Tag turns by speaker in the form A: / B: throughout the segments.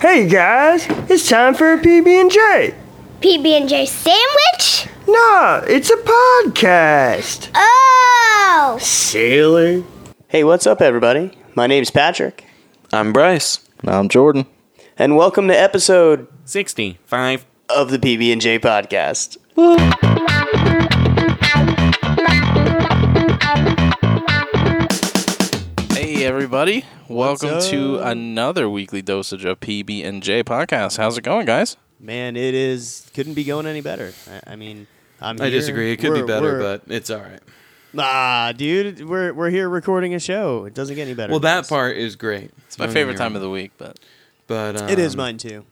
A: Hey guys, it's time for a PB and J.
B: PB and J sandwich.
A: Nah, it's a podcast.
B: Oh,
A: Silly.
C: Hey, what's up, everybody? My name's Patrick,
D: I'm Bryce.
E: I'm Jordan.
C: and welcome to episode
D: 65.
C: of the PB and J podcast.
E: Hey everybody. Welcome to another weekly dosage of PB and J podcast. How's it going, guys?
C: Man, it is couldn't be going any better. I, I mean, I'm.
D: I
C: here.
D: disagree. It could
C: We're-
D: be better,
C: we're-
D: but it's all right.
C: nah, dude, we're we're here recording a show. It doesn't get any better.
D: Well,
C: than
D: that
C: this.
D: part is great.
E: It's my favorite time of the week, but
D: But um,
C: It is mine too.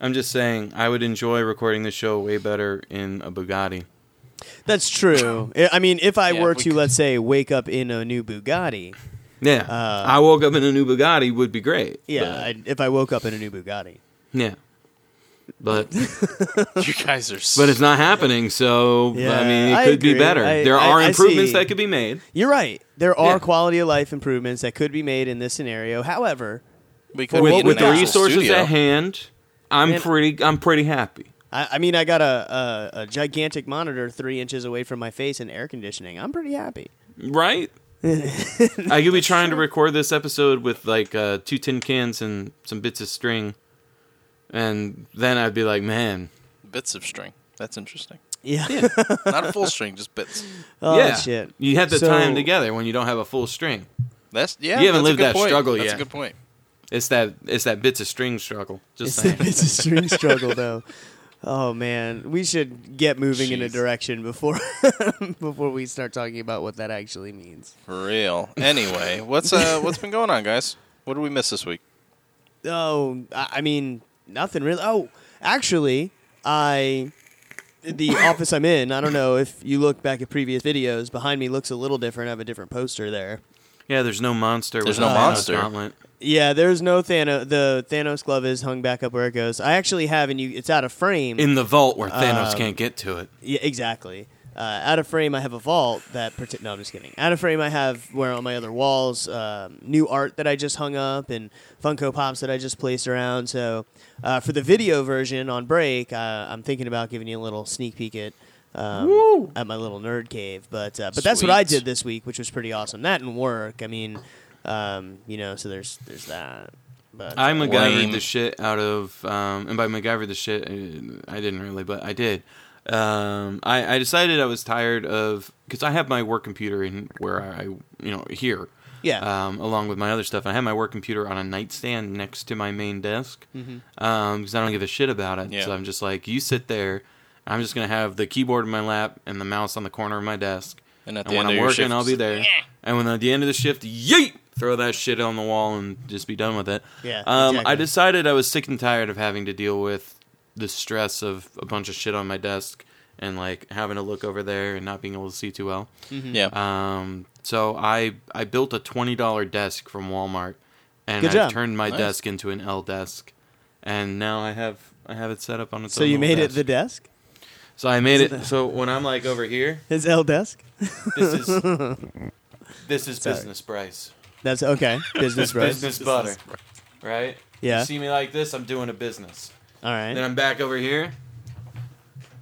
D: I'm just saying, I would enjoy recording the show way better in a Bugatti.
C: That's true. I I mean, if I
E: Yeah,
C: were
E: we
C: to,
E: could-
C: let's say, wake up in a new Bugatti.
D: Yeah,
C: Uh,
D: I woke up in a new Bugatti would be great.
C: Yeah,
D: but-
C: I, if I woke up in a new Bugatti.
D: yeah, but
E: you guys are s-
D: but it's not happening. So
C: Yeah,
D: I mean, it
C: I
D: could be
C: agree.
D: better.
C: I-
D: there
C: I-
D: are
C: I
D: improvements
C: see.
D: that could be made.
C: You're right. There are
D: Yeah.
C: quality of life improvements that could be made in this scenario. However,
E: we could
C: With-
E: be in
C: with
E: an
C: the
E: actual
D: Resources
E: studio.
D: at hand. I'm
C: Man.
D: pretty. I'm pretty happy.
C: I, I mean, I got a, a, a gigantic monitor three inches away from my face and air conditioning. I'm pretty happy.
D: Right? I could be trying to record this episode with like uh, two tin cans and some bits of string. And then I'd be like, man,
E: bits of string. That's interesting.
C: Yeah.
E: Not a full string, just bits.
C: oh
D: yeah,
C: shit.
D: you have to
C: So-
D: tie them together when you don't have a full string.
E: That's yeah.
D: You haven't
E: that's a
D: lived
E: good
D: that
E: point.
D: struggle
E: that's
D: yet.
E: a good point.
D: It's that it's that bits of string struggle. Just
C: It's,
D: saying.
C: it's a string struggle though. Oh man, we should get moving in a
E: Jeez.
C: direction before before we start talking about what that actually means.
E: For real. Anyway, what's uh what's been going on, guys? What did we miss this week?
C: Oh, I, I mean nothing really. Oh, actually, I the office I'm in. I don't know if you look back at previous videos. Behind me looks a little different. I have a different poster there.
D: yeah, there's no monster.
E: There's
D: with
E: no
D: a Thanos
E: monster.
D: gauntlet.
C: Yeah, there's no Thanos. The Thanos glove is hung back up where it goes. I actually have, and you, it's out of frame.
D: in the vault where Thanos
C: Um,
D: can't get to it.
C: yeah, exactly. Uh, out of frame, I have a vault that. Parti- no, I'm just kidding. Out of frame, I have where on my other walls, um, new art that I just hung up and Funko Pops that I just placed around. So uh, for the video version on break, uh, I'm thinking about giving you a little sneak peek at. Um, at my little nerd cave, but uh, but that's what I
E: Sweet.
C: did this week, which was pretty awesome. That and work, I mean, um, you know, so there's there's that. But
D: I MacGyvered
E: Lame.
D: the shit out of, um, and by MacGyver the shit, uh, I didn't really, but I did. Um, I, I decided I was tired of because I have my work computer in where I, you know, here.
C: Yeah.
D: Um, along with my other stuff, I have my work computer on a nightstand next to my main desk because I don't give a shit about it.
E: Mm-hmm. Yeah.
D: So I'm just like, you sit there. I'm just gonna have the keyboard in my lap and the mouse on the corner of my desk.
E: And at
D: And
E: the
D: when
E: end
D: I'm
E: of your
D: working,
E: shift,
D: I'll be there. And when at the end of the shift, yeet, throw that shit on the wall and just be done with it.
C: Yeah,
D: Um, I
C: exactly.
D: decided I was sick and tired of having to deal with the stress of a bunch of shit on my desk and like having to look over there and not being able to see too well.
C: Mm-hmm.
E: Yeah.
D: Um, so I I built a twenty dollar desk from Walmart, and
C: Good
D: I
C: job.
D: turned my desk into an L desk, and now I have I have it set up on its
C: so
D: own
C: you
D: little
C: made it the
D: desk.
C: desk,
D: so I made it. So when I'm like over here,
C: his L desk.
D: this is this is
C: Sorry.
D: business price.
C: That's okay. Business, right?
D: Business butter, right?
C: Yeah.
D: You see me like this, I'm doing a business.
C: All right.
D: Then I'm back over here.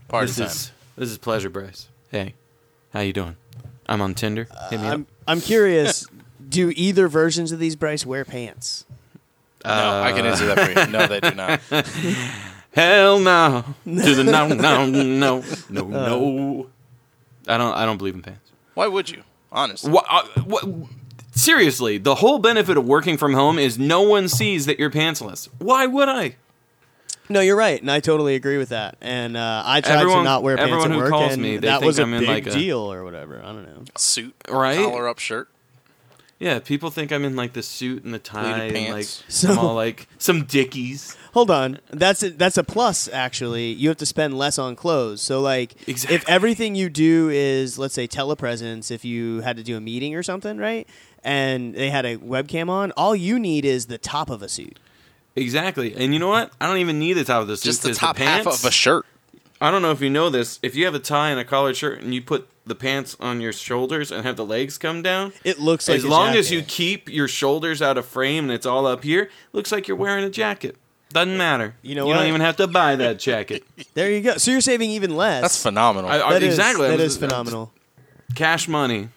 E: Party
D: this
E: time.
D: is this is pleasure, Bryce. Hey, how you doing? Uh, I'm on Tinder. Hit me
C: I'm I'm curious. do either versions of these Bryce wear pants?
E: no, I can answer that for you. No, they do not.
D: Hell no. To the no, no, no, no, no. I don't. I don't believe in pants.
E: Why would you? Honestly.
D: What, uh, what, seriously, the whole benefit of working from home is no one sees that you're pantsless. Why would I?
C: No, you're right, and I totally agree with that. And uh, I tried to
D: Everyone-
C: not wear pants
D: everyone
C: at
D: who
C: work,
D: calls
C: and
D: me, they
C: that
D: think
C: was a
D: I'm in,
C: big
D: like, a-
C: deal or whatever. I don't know.
E: Suit,
D: Right?
E: collar up shirt.
D: Yeah, people think I'm in like the suit and the tie
E: Pleated
D: and like
E: pants.
C: So-
D: some all like some Dickies.
C: Hold on, that's a, that's a plus. Actually, you have to spend less on clothes. So like,
D: Exactly.
C: if everything you do is let's say telepresence, if you had to do a meeting or something, right? And they had a webcam on, all you need is the top of a suit.
D: Exactly. And you know what? I don't even need the top of the suit.
E: Just the
D: 'cause
E: top half
D: pants,
E: of a shirt.
D: I don't know if you know this. If you have a tie and a collared shirt and you put the pants on your shoulders and have the legs come down,
C: It looks like
D: as
C: a
D: long as you
C: jacket.
D: keep your shoulders out of frame and it's all up here, looks like you're wearing a jacket. Doesn't matter.
C: You know
D: you
C: what?
D: don't even have to buy that jacket.
C: There you go. So you're saving even less.
E: That's phenomenal.
D: I- I-
C: That is-
D: exactly. I
C: that
D: was-
C: is phenomenal.
D: Cash money. I'm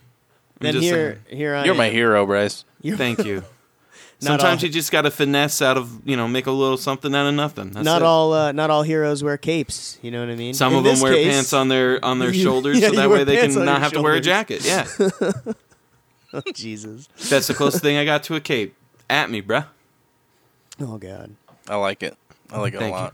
C: Then
D: just
C: here, here I
E: You're my
C: am.
E: hero, Bryce.
D: saying. Thank you.
C: Not
D: Sometimes
C: all-
D: you just got to finesse out of you know make a little something out of nothing. That's
C: Not
D: it.
C: all, uh, not all heroes wear capes. You know what I mean?
D: Some
C: In
D: of them
C: this
D: wear
C: case-
D: pants on their on their
C: You-
D: shoulders,
C: yeah,
D: so
C: you
D: that
C: wear
D: way they can
C: pants on your
D: not have to wear a
C: shoulders.
D: jacket. Yeah,
C: Oh, Jesus.
D: that's the closest thing I got to a cape. At me, bruh.
C: Oh God.
E: I like it. I like it
D: Thank
E: a
D: you.
E: lot.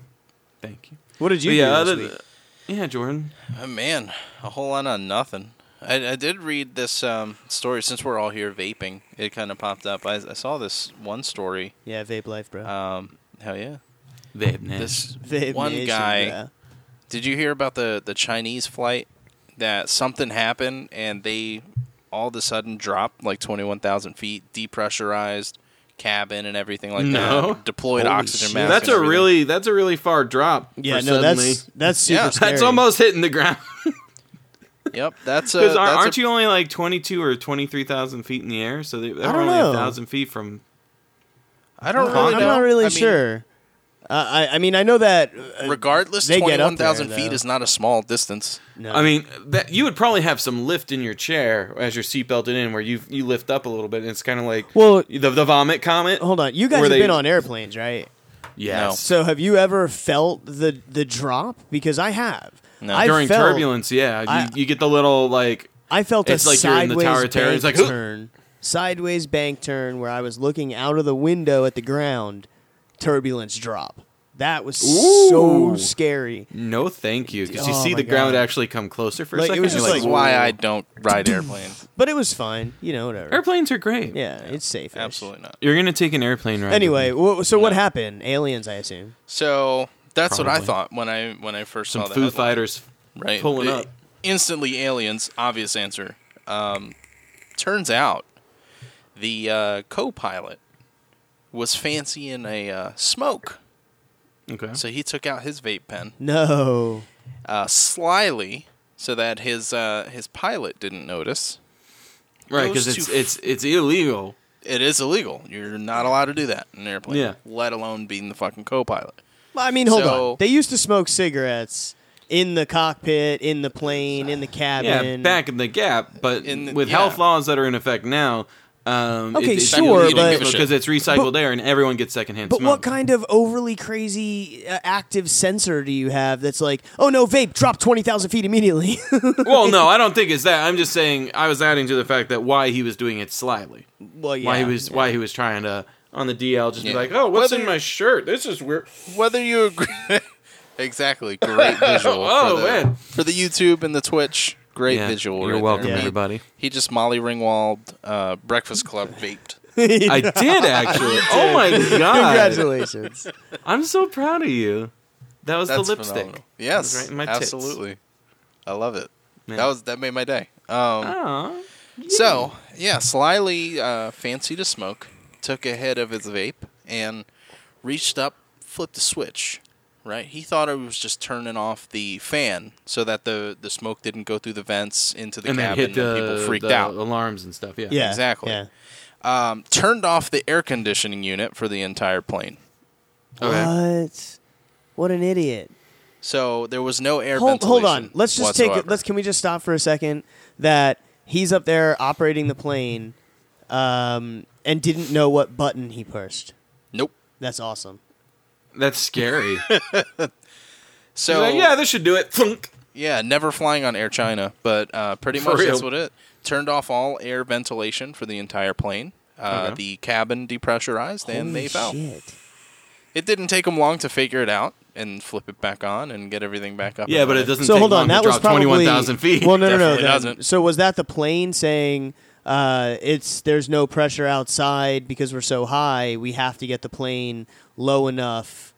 D: Thank you.
C: What did you
D: But
C: do
D: yeah,
C: this
D: other
C: week?
D: th- yeah, Jordan.
E: Oh, man, a whole lot on nothing. I, I did read this um, story since we're all here vaping. It kind of popped up. I, I saw this one story.
C: Yeah, vape life, bro.
D: Uh,
E: Um, hell yeah!
D: Vape man.
E: This
C: vape
E: one
C: nation,
E: guy.
C: bruh.
E: Did you hear about the the Chinese flight that something happened and they all of a sudden dropped like twenty one thousand feet, depressurized cabin and everything like
D: No.
E: that. Deployed oxygen
C: shit.
E: masks.
D: that's
E: and
D: a
E: everything.
D: really that's a really far drop.
C: Yeah, no,
D: for suddenly.
C: that's that's super
E: Yeah, that's
D: that's
C: scary.
D: almost hitting the ground.
E: yep. That's a.
C: Uh,
D: Because aren't,
E: that's a-
D: you only like twenty two or twenty three thousand feet in the air? So they, they're
C: don't
D: only
C: know.
D: a thousand feet from.
E: I don't.
C: I'm
E: Really know.
C: not really
E: I mean,
C: sure. Uh, I I mean I know that. Uh,
E: Regardless,
C: They
E: twenty
C: get
E: one
C: up there,
E: thousand feet
C: though.
E: is not a small distance.
C: no.
D: I mean, that you would probably have some lift in your chair as your seatbelted in, where you you lift up a little bit, and it's kind of like
C: Well-
D: the the vomit comet.
C: hold on. You guys
D: were
C: have
D: they-
C: been on airplanes, right?
D: Yes.
C: So have you ever felt the the drop? Because I have.
E: No.
C: I
D: During
C: felt,
D: turbulence, yeah, you,
C: I-
D: you get the little like
C: I felt
D: It's
C: a
D: like you're in the
C: sideways
D: Tower of Terror.
C: bank
D: It's like, "Huh!"
C: turn, sideways bank turn, where I was looking out of the window at the ground. Turbulence drop. That was so
D: Ooh.
C: scary.
D: no, thank you, because you
C: Oh
D: see
C: my
D: the ground
C: God.
D: actually come closer for a
C: Like, it
D: second.
C: was
D: you're
C: just
E: That's
C: like-
E: why I don't ride airplanes.
C: But it was fine. You know, whatever.
D: airplanes are great.
C: Yeah, it's safe.
E: Absolutely not.
D: You're gonna take an airplane ride.
C: Anyway,
D: with me.
C: wh- so what
E: No.
C: happened? Aliens, I assume.
E: So that's what I
D: Probably.
E: thought when I when I first
D: some
E: saw the
D: Foo
E: headline.
D: Fighters
E: right
D: pulling
E: The-
D: up.
E: instantly aliens obvious answer um, turns out the uh, co-pilot was fancying a uh, smoke
D: Okay.
E: so he took out his vape pen
C: No.
E: uh, slyly so that his uh, his pilot didn't notice
D: Right,
E: Those
D: because
E: two
D: it's it's it's illegal.
E: it is illegal you're not allowed to do that in an airplane
D: Yeah.
E: let alone being the fucking co-pilot
C: I mean, hold
E: So-
C: on. They used to smoke cigarettes in the cockpit, in the plane, in the
D: Yeah,
C: cabin.
D: back in the gap, but
E: In the-
D: with
E: yeah.
D: health laws that are in effect now. Um,
C: Okay,
D: it's
C: sure,
D: illegal
C: but-
D: because it's recycled air and everyone gets secondhand
C: But
D: smoke.
C: what kind of overly crazy uh, active sensor do you have that's like, oh no, vape, drop 20,000 feet immediately?
D: well, no, I don't think it's that. I'm just saying I was adding to the fact that why he was doing it slyly,
C: well, yeah.
D: why he was why he was trying to on the DL just
E: Yeah.
D: be like, oh, what's
E: Whether-
D: in my shirt? This is weird.
E: whether you agree exactly great visual
D: Oh,
E: for, the,
D: man.
E: for the youtube and the twitch great
D: Yeah,
E: visual
D: You're
E: right there.
D: welcome,
C: Yeah.
D: everybody.
E: He just Molly Ringwald, uh, Breakfast Club vaped.
D: I did actually. oh my god!
C: Congratulations.
D: I'm so proud of you. That was
E: That's
D: the lipstick.
E: phenomenal. Yes,
D: It was right in my tits.
E: absolutely. I love it.
D: Yeah.
E: That was that made my day. Um,
D: Aw.
E: So yeah, slyly uh, fancied a smoke, took a hit of his vape, and reached up, flipped a switch. Right, he thought it was just turning off the fan so that the the smoke didn't go through the vents into the
D: and then
E: cabin
D: hit the,
E: people freaked
D: the
E: out.
D: alarms and stuff. Yeah.
C: yeah.
E: Exactly.
C: Yeah.
E: Um, turned off the air conditioning unit for the entire plane.
D: Okay.
C: What? What an idiot.
E: So there was no air
C: hold, hold
E: ventilation.
C: on. Let's just take.
E: whatsoever.
C: it. Let's. Can we just stop for a second? That he's up there operating the plane, um, and didn't know what button he pushed.
E: Nope.
C: That's awesome. That's
D: That's scary.
E: So
D: Like, yeah,
E: yeah,
D: this should do it. Thunk.
E: never flying on Air China, but uh, pretty
D: For
E: much
D: real.
E: that's what it. Turned off all air ventilation for the entire plane. Uh,
D: Okay.
E: The cabin depressurized and
C: Holy
E: they fell.
C: shit.
E: It didn't take them long to figure it out and flip it back on and get everything back up.
D: Yeah,
E: and
D: but it
E: running.
D: doesn't.
C: So
D: take
C: hold on.
D: long to
C: That was
D: drop
C: probably
D: twenty-one thousand feet.
C: Well, no, no, no.
E: Definitely
C: then-
E: doesn't.
C: So was that the plane saying? Uh, it's there's no pressure outside because we're so high. We have to get the plane low enough,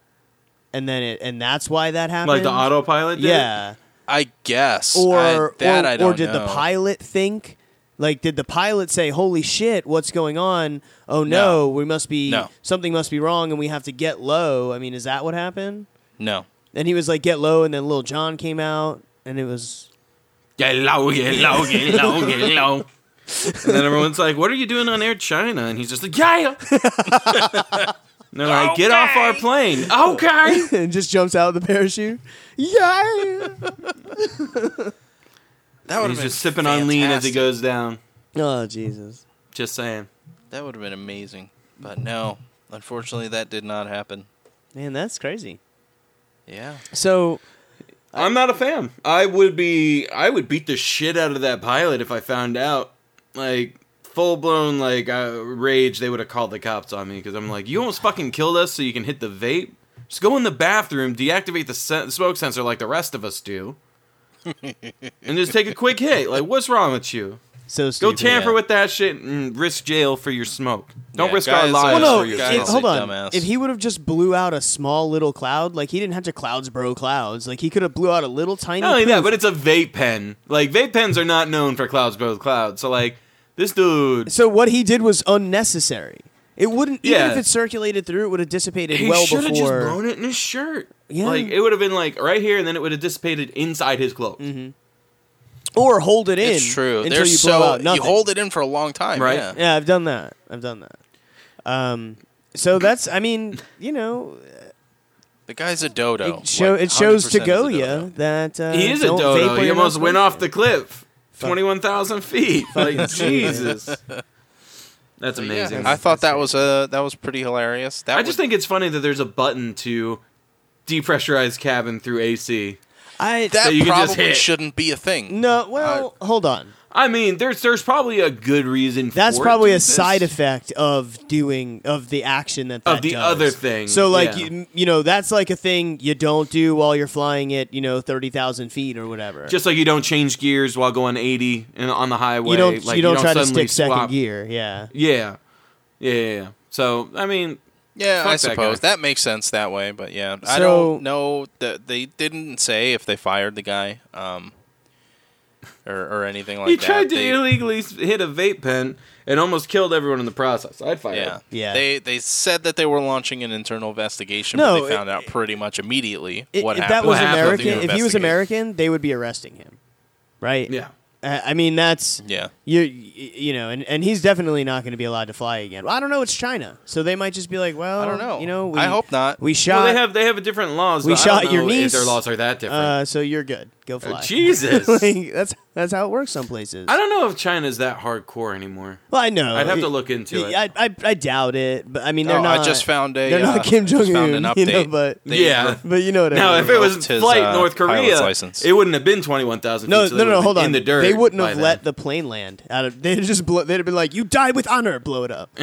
C: and then it and that's why that happened.
D: like the autopilot. Did?
C: Yeah.
E: I guess.
C: or
E: I, that
C: or,
E: I don't
C: or did the
E: know.
C: pilot think like did the pilot say holy shit what's going on oh no,
E: No.
C: we must be
E: No.
C: something must be wrong and we have to get low i mean is that what happened
E: No.
C: and he was like get low and then little john came out and it was
D: Get low, get low, get low, get low. And then everyone's like, "What are you doing on Air China?" And he's just like, "Yeah." yeah." And they're like, get off our plane. Okay.
C: and just jumps out with a parachute. Yeah.
E: That would
D: He's
E: have
D: just sipping on lean as he goes down.
C: oh Jesus.
D: Just saying.
E: That would have been amazing, but no, unfortunately, that did not happen.
C: Man, that's crazy.
E: Yeah,
C: So
D: I'm not a fan. I would be. I would beat the shit out of that pilot if I found out. Like full blown like uh, rage, they would have called the cops on me because I'm like, you almost fucking killed us, so you can hit the vape. Just go in the bathroom, deactivate the sen- smoke sensor like the rest of us do, and just take a quick hit. Like, what's wrong with you?
C: so
D: Go
C: stupid,
D: tamper
C: yeah.
D: with that shit and risk jail for your smoke. Don't
E: Yeah,
D: risk our
E: guys,
D: lives.
E: uh,
C: Well, no.
D: for your
E: Guys,
D: smoke.
C: If, hold on.
E: dumbass.
C: If he would have just blew out a small little cloud, like he didn't have to clouds bro clouds. Like he could have blew out a little tiny.
D: Not only
C: poof.
D: that, but it's a vape pen. Like vape pens are not known for clouds both clouds. So like this dude,
C: so what he did was unnecessary. It wouldn't even
D: Yeah.
C: if it circulated through, it would have dissipated
D: he
C: well
D: should
C: before.
D: have just blown it in his shirt.
C: Yeah.
D: Like it would have been like right here, and then it would have dissipated inside his clothes.
C: Mm-hmm. or hold it in.
E: it's true.
C: Until
E: They're
C: you
E: so
C: blow out nothing.
E: you hold it in for a long time,
D: Right.
E: Yeah.
C: Yeah, I've done that. I've done that. Um, so that's. I mean, you know,
E: The guy's a dodo.
C: it, show,
E: Like,
C: it shows
E: 100% is a dodo.
C: Tagoya that uh,
D: He is a
C: don't vape
D: dodo.
C: when
D: He
C: you're not
D: almost went
C: smoking.
D: off the cliff, twenty-one thousand feet. Like Jesus, that's
E: Yeah,
D: amazing.
E: I thought that was uh, that was pretty hilarious. That
D: I just
E: would-
D: think it's funny that there's a button to depressurize cabin through AC.
C: I
E: that
D: you can just
E: probably
D: hit.
E: shouldn't be a thing.
C: no. Well, hold on.
D: I mean, there's there's probably a good reason.
C: That's
D: for it
C: probably
D: to
C: a side
D: exist.
C: effect of doing of the action that,
D: Of
C: that
D: the
C: does.
D: other thing,
C: So like
D: yeah.
C: you, you know that's like a thing you don't do while you're flying at you know thirty thousand feet or whatever.
D: Just like you don't change gears while going 80 and on the highway.
C: you don't
D: like
C: you don't try to
D: suddenly
C: stick second
D: swap-
C: gear. Yeah.
D: Yeah. yeah, yeah, yeah. So I mean,
E: Yeah,
D: Fuck
E: I
D: that
E: suppose
D: guy.
E: that, makes sense that way. But yeah, I
C: So-
E: don't know that they didn't say if they fired the guy, um, or or anything like
D: he
E: that.
D: tried to
E: They-
D: illegally s- hit a vape pen and almost killed everyone in the process. I'd fire.
E: yeah,
D: him.
C: Yeah.
E: They they said that they were launching an internal investigation,
C: No,
E: but
C: it-
E: they found out pretty much immediately
C: I-
E: what
C: if
E: happened.
C: that was
D: What happened?
C: American,
D: Nothing
C: if
E: to
C: he was
E: investigate.
C: American, they would be arresting him, right?
D: Yeah.
C: Uh, I mean, that's
E: Yeah.
C: You you know, and, and he's definitely not going to be allowed to fly again. Well, I don't know. It's China, so they might just be like, well,
E: I don't know.
C: You know, we,
E: I hope not.
C: We
D: Well,
C: shot.
D: they have they have different laws.
C: we
D: but I
C: shot
D: don't
C: your
D: know
C: niece.
D: If their laws are that different.
C: uh, so you're good. Go fly.
D: Jesus.
C: like, that's that's how it works some places.
D: I don't know if China's that hardcore anymore.
C: well, I know.
D: I'd have to
C: Uh, It-
D: look into it.
C: I, I I doubt it, but I mean, they're
E: Oh,
C: not.
E: I just found a.
C: They're
E: uh,
C: not Kim
E: just
C: Jong
E: found an
C: Un, you know.
E: update.
C: But
E: They
D: Yeah.
E: re-
C: but you know what I
D: Now,
C: mean.
D: if it was
E: revoked his,
D: flight
E: uh,
D: North
E: pilot's
D: Korea,
E: license.
D: it wouldn't have been twenty one thousand.
C: No,
D: feet, so
C: no,
D: it
C: no,
D: would've
C: Hold
D: been
C: on.
D: In the dirt,
C: they wouldn't
D: by
C: have
D: then.
C: let the plane land. Out of they'd have just blow, they'd have been like, "You die with honor." Blow it up.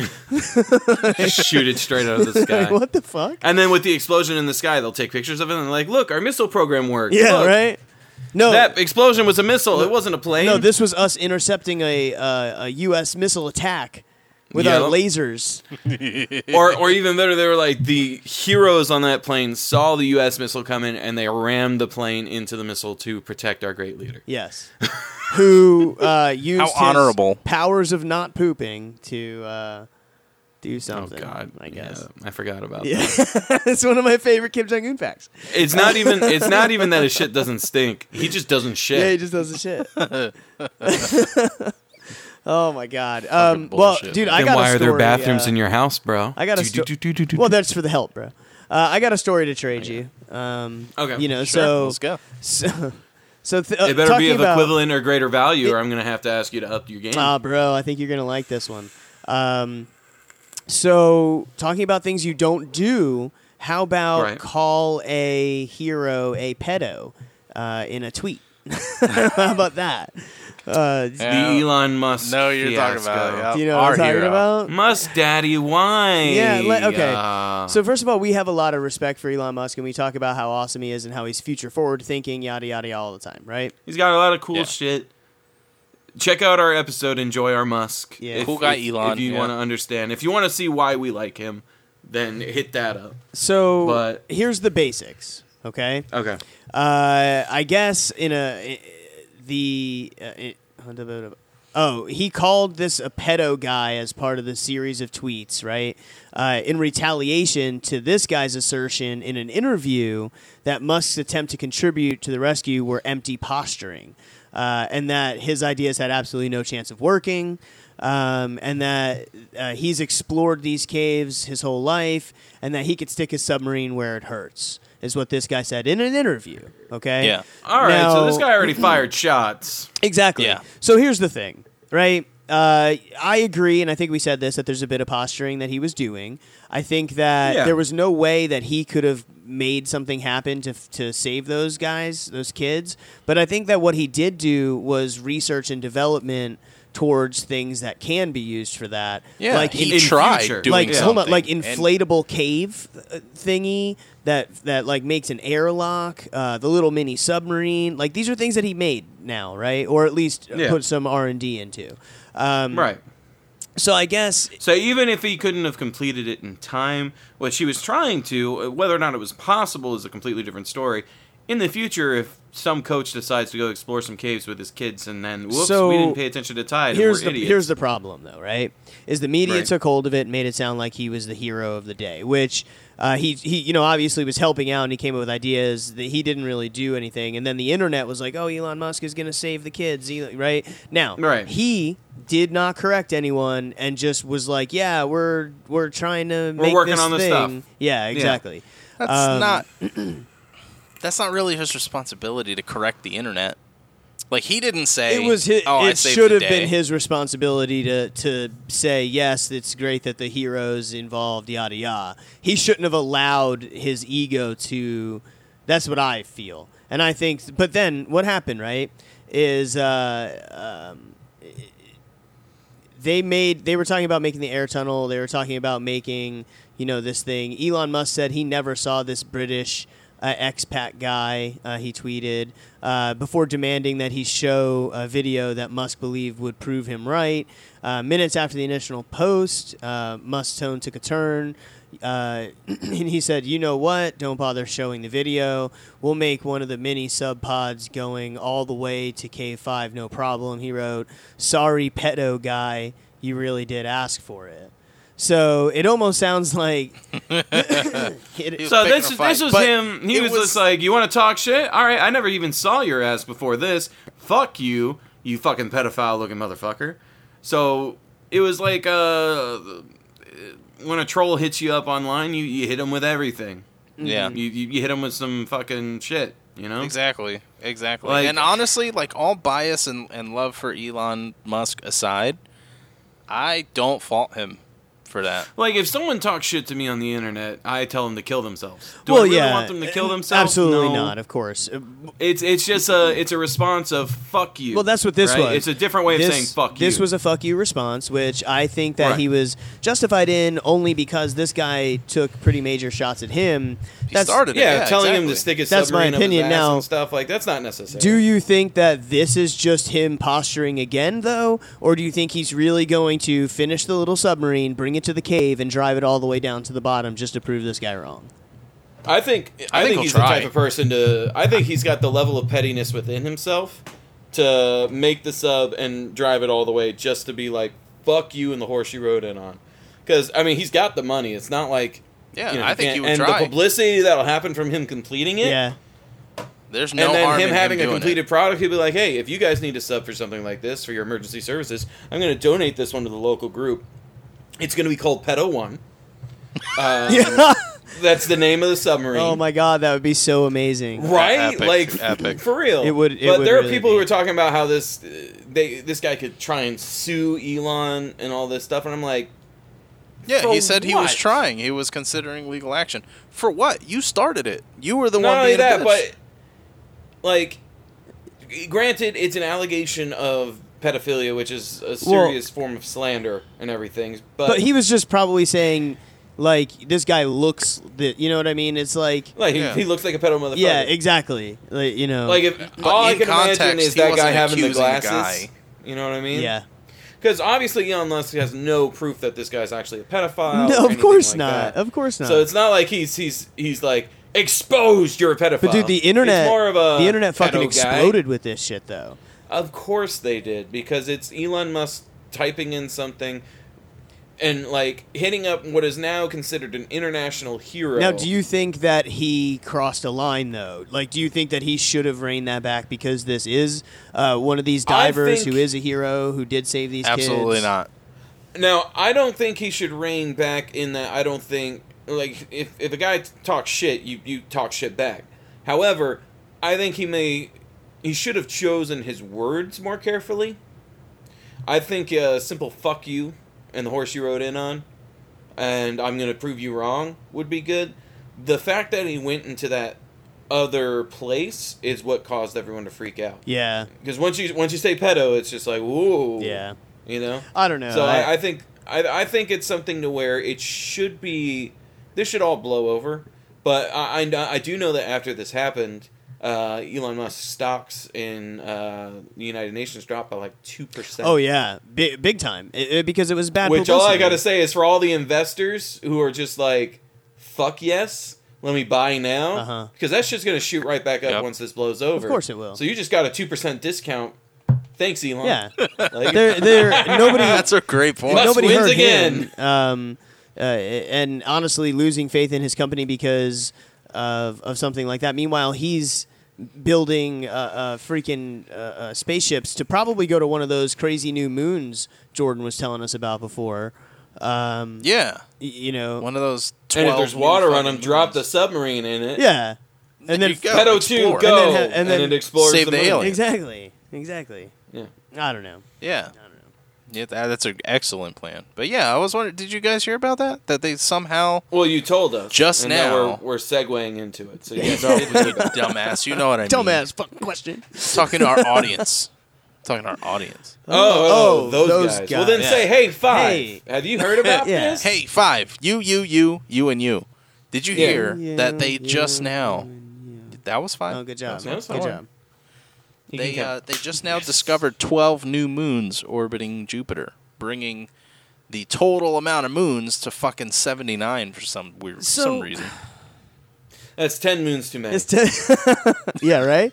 D: shoot it straight out of the sky.
C: Like, what the fuck?
D: And then with the explosion in the sky, they'll take pictures of it and they're like, look, our missile program worked.
C: Yeah,
D: Look,
C: right. No,
D: That explosion was a missile. it wasn't a plane.
C: no. This was us intercepting a uh, a U.S. missile attack with
D: Yeah.
C: our lasers.
D: or, or even better, they were like the heroes on that plane saw the U.S. missile come in and they rammed the plane into the missile to protect our great leader.
C: Yes. Who uh, used
E: How
C: his
E: honorable.
C: powers of not pooping to uh,
E: Oh,
C: do something? I guess.
D: Oh, Yeah, I forgot about
C: Yeah.
D: that.
C: it's one of my favorite Kim Jong Un facts.
D: It's not even. It's not even that his shit doesn't stink. He just doesn't shit.
C: Yeah, he just does the shit. oh my god. Um, well,
E: bullshit,
C: dude,
E: man.
C: I
D: then
C: got
D: why
C: a
D: are
C: story.
D: there bathrooms
C: uh,
D: in your house, bro?
C: I got a
D: Do,
C: sto-
D: do, do, do, do,
C: Well,
D: do.
C: that's for the help, bro. Uh, I got a story to trade you. Um,
D: Okay,
C: You know,
E: Oh, Sure,
C: so
E: let's go.
C: so so th- uh,
D: it better be
C: talking
D: of
C: about-
D: equivalent or greater value, or I'm gonna have to ask you to up your game.
C: Ah, bro, I think you're gonna like this one. Um, so talking about things you don't do, how about
D: Right.
C: call a hero a pedo uh, in a tweet? how about that? Uh,
D: the
E: Yeah.
D: Elon Musk.
E: No, you're talking
D: fiasco.
E: about. yeah,
C: do you know
E: our
C: what I'm talking
E: hero.
C: about?
D: Must Daddy Wine.
C: Yeah, le- okay.
D: Uh,
C: So first of all, we have a lot of respect for Elon Musk, and we talk about how awesome he is and how he's future forward thinking, yada yada yada, all the time, right?
D: he's got a lot of cool
E: Yeah.
D: shit. Check out our episode, Enjoy Our Musk.
C: Yeah.
D: If,
E: Cool guy
D: if-
E: Elon,
D: If you
E: yeah.
D: want to understand, if you want to see why we like him, then hit that up.
C: So
D: But-
C: here's the basics, okay?
D: Okay.
C: Uh, I guess in a the uh, it- oh he called this a pedo guy as part of the series of tweets, right? Uh, in retaliation to this guy's assertion in an interview that Musk's attempt to contribute to the rescue were empty posturing, uh, and that his ideas had absolutely no chance of working. um, and that uh, he's explored these caves his whole life, and that he could stick his submarine where it hurts. Is what this guy said in an interview. Okay.
E: Yeah.
D: All right, so this
C: Now-
D: guy already fired shots.
C: Exactly.
E: Yeah.
C: So here's the thing, right? Uh, I agree, and I think we said this that there's a bit of posturing that he was doing. I think that
D: Yeah.
C: there was no way that he could have made something happen to to save those guys, those kids. But I think that what he did do was research and development towards things that can be used for that.
E: Yeah,
C: like
E: he
D: in
E: tried
D: future.
E: doing
C: like hold on,
E: something,
C: like
E: and-
C: inflatable cave uh, thingy that that like makes an airlock, uh, the little mini submarine. Like these are things that he made now, right? Or at least uh,
D: Yeah.
C: put some R and D into. Um,
D: Right.
C: So I guess
D: So even if he couldn't have completed it in time, what she was trying to, uh, whether or not it was possible, is a completely different story. In the future, if some coach decides to go explore some caves with his kids, and then whoops,
C: So,
D: we didn't pay attention to tide,
C: here's
D: and we're
C: the
D: idiots.
C: here's the problem though, right? Is the media
D: Right.
C: took hold of it and made it sound like he was the hero of the day, which uh, he he you know obviously was helping out and he came up with ideas that he didn't really do anything, and then the internet was like, oh, Elon Musk is gonna save the kids, Elon, right? Now,
D: Right.
C: He did not correct anyone and just was like, yeah, we're we're trying to
D: We're
C: make
D: working
C: this
D: on this
C: thing.
D: stuff.
C: Yeah, exactly.
E: That's
C: Um,
E: not. That's not really his responsibility to correct the internet. Like he didn't say
C: it was his,
E: Oh, I
C: it
E: saved
C: should
E: the
C: have
E: day."
C: been his responsibility to to say yes it's great that the heroes involved yada yada he shouldn't have allowed his ego to that's what i feel and i think but then what happened right is uh um they made they were talking about making the air tunnel they were talking about making you know this thing elon musk said he never saw this british uh, expat guy uh, he tweeted uh, before demanding that he show a video that musk believed would prove him right uh, minutes after the initial post uh, musk's tone took a turn uh, and he said, "You know what? Don't bother showing the video. We'll make one of the mini sub pods going all the way to K5, no problem." He wrote, "Sorry, pedo guy, you really did ask for it." So it almost sounds like it,
D: So
E: picking
D: this
E: a
D: is this
E: fight,
D: was
E: but
D: him. He
E: it
D: was,
E: was-
D: just like, "You want to talk shit? All right, I never even saw your ass before this. Fuck you, you fucking pedophile looking motherfucker." So it was like uh, when a troll hits you up online, you, you hit him with everything.
E: Yeah.
D: You, you you hit him with some fucking shit. You know
E: Exactly. Exactly.
D: Like-
E: and honestly, like all bias and, and love for Elon Musk aside, I don't fault him for that.
D: Like if someone talks shit to me on the internet, I tell them to kill themselves. Do
C: well,
D: I really
C: yeah, Uh,
D: want them to kill themselves?
C: Absolutely
D: No.
C: not, of course. Uh,
D: It's it's just a it's a response of fuck you.
C: Well, that's what this
D: right?
C: was.
D: It's a different way of
C: This-
D: saying fuck you.
C: This was a fuck you response, which I think that
D: Right.
C: he was justified in only because this guy took pretty major shots at him.
E: He started it.
D: Yeah, telling him
E: exactly.
D: to stick his
C: That's my
D: submarine
C: opinion
D: up his ass
C: now.
D: and stuff like that's not necessary.
C: Do you think that this is just him posturing again, though? Or do you think he's really going to finish the little submarine, bring it to the cave, and drive it all the way down to the bottom just to prove this guy wrong?
D: I think I,
E: think
D: think,
E: he'll
D: he's
E: try.
D: the type of person to. I think he's got the level of pettiness within himself to make the sub and drive it all the way just to be like fuck you and the horse you rode in on. Because I mean, he's got the money. It's not like
E: Yeah,
D: you know,
E: I think
D: can't-
E: he would
D: and
E: try.
D: the publicity that'll happen from him completing it.
C: Yeah.
E: There's no
D: And then
E: harm
D: him
E: in
D: having a
E: doing
D: completed
E: it.
D: product, he'll be like, "Hey, if you guys need a sub for something like this for your emergency services, I'm going to donate this one to the local group. It's going to be called Pedo One. Uh, That's the name of the submarine.
C: oh my god, that would be so amazing.
D: right?
E: Epic,
D: like
E: epic.
D: for real.
C: It would- it
D: but
C: would
D: there
C: really
D: are people
C: be.
D: who are talking about how this uh, they this guy could try and sue Elon and all this stuff, and I'm like,
E: Yeah, he
D: For
E: said he was
D: what?
E: trying. He was considering legal action. For what? You started it. You were the
D: not
E: one
D: only
E: being a
D: that,
E: bitch.
D: but like, granted, it's an allegation of pedophilia, which is a serious form of slander and everything. But,
C: But he was just probably saying, like, this guy looks that, you know what I mean? It's like,
D: like
E: Yeah.
D: he, he looks like a pedo motherfucker.
C: yeah, exactly. Like, you know,
D: Like if
E: But
D: all I
E: in
D: can imagine
E: context,
D: is
E: he
D: that
E: wasn't
D: guy having the
E: accusing the
D: glasses.
E: guy.
D: You know what I mean?
C: yeah.
D: Because obviously Elon Musk has no proof that this guy's actually a pedophile. or
C: No, of
D: anything
C: course
D: like
C: not.
D: that.
C: Of course not.
D: So it's not like he's he's he's like exposed. You're a pedophile.
C: but dude, the internet,
D: It's more of a
C: the internet fucking
D: pedo guy.
C: exploded with this shit, though.
D: Of course they did because it's Elon Musk typing in something. and like hitting up what is now considered an international hero.
C: Now, do you think that he crossed a line, though? Like, do you think that he should have reined that back because this is uh, one of these
D: I
C: divers
D: think-
C: who is a hero who did save these kids?
E: Absolutely not.
D: Now, I don't think he should rein back in that I don't think like if if a guy t- talks shit, you you talk shit back. However, I think he may he should have chosen his words more carefully. I think uh, simple "fuck you" and the horse you rode in on, and I'm gonna prove you wrong would be good. The fact that he went into that other place is what caused everyone to freak out.
C: Yeah,
D: Because once you once you say pedo, it's just like whoa,
C: yeah.
D: you know.
C: I don't know.
D: So I, I think I, I think it's something to where it should be. This should all blow over, but I I, kn- I do know that after this happened, uh, Elon Musk's stocks in uh, the United Nations dropped by like two percent.
C: oh yeah, Bi- big time. It- it- because it was bad.
D: Which all I
C: publicity.
D: gotta say is for all the investors who are just like, "Fuck yes, let me buy now,"
C: Uh-huh.
D: because that's just gonna shoot right back up
E: Yep.
D: once this blows over.
C: course it will.
D: So you just got a two percent discount. Thanks, Elon.
C: Yeah,
D: Like,
C: there, there, nobody.
E: That's a great point.
D: Musk
C: nobody
D: wins
C: heard
D: again.
C: him. Um, uh, and honestly, losing faith in his company because of of something like that. Meanwhile, he's building uh, uh, freaking uh, uh, spaceships to probably go to one of those crazy new moons Jordan was telling us about before. Um,
E: Yeah,
C: y- you know,
E: one of those. 12
D: and if there's
E: new
D: water on
E: fucking
D: them, drop the
E: moons.
D: submarine in it.
C: yeah, and
E: There
C: then
E: you go.
D: Pedo
E: Explore.
D: two, go,
C: And then
D: and then,
C: ha- and then
D: it explores
E: save the
D: moon.
E: alien.
C: exactly, exactly.
D: Yeah.
C: I don't know.
E: Yeah. Yeah, that, that's an excellent plan. But yeah, I was wondering, did you guys hear about that? That they somehow,
D: Well, you told us
E: Just
D: and now,
E: now.
D: we're, we're segueing into it. So yes,
E: dumbass, you know what I mean?
C: Dumbass fucking question.
E: Talking to our audience. Talking to our audience.
D: oh, oh,
C: Oh,
D: those,
C: those
D: guys. Well, then
C: guys.
D: say, hey, five.
C: Hey.
D: Have you heard about
C: Yeah.
D: this?
E: Hey, five. You, you, you, you, and you. Did you
D: Yeah.
E: hear
C: You,
E: that they
C: you,
E: just now? That was five.
C: Oh, good job.
D: That's
C: good
D: fine.
C: job.
D: You
E: They
D: can
E: uh,
D: count.
E: they just now discovered twelve new moons orbiting Jupiter, bringing the total amount of moons to fucking seventy nine for some weird
C: So-
E: some reason.
D: that's ten moons too many.
C: It's to- yeah, right?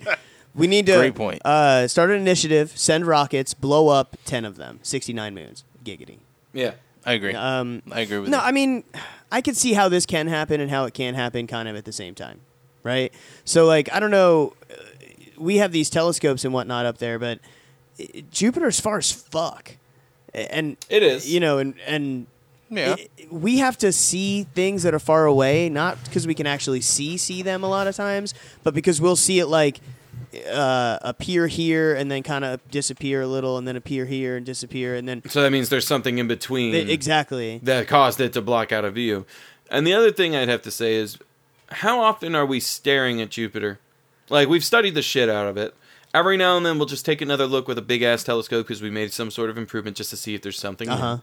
C: We need to
E: Great point.
C: Uh, start an initiative, send rockets, blow up 10 of them, 69 moons. Giggity.
D: yeah,
E: I agree.
C: Um,
E: I agree with
C: no,
E: you.
C: I mean, I could see how this can happen and how it can happen kind of at the same time, right? So, like, I don't know. uh, We have these telescopes and whatnot up there, but uh, Jupiter's far as fuck. A- And,
D: it is.
C: you know, and, and
E: yeah.
C: it- we have to see things that are far away, not because we can actually see see them a lot of times, but because we'll see it like uh, appear here and then kind of disappear a little, and then appear here and disappear, and then
D: so that means there's something in between.
C: exactly.
D: that caused it to block out of view. And the other thing I'd have to say is how often are we staring at Jupiter? Like we've studied the shit out of it. Every now and then we'll just take another look with a big ass telescope because we made some sort of improvement just to see if there's something. new.
C: Uh-huh.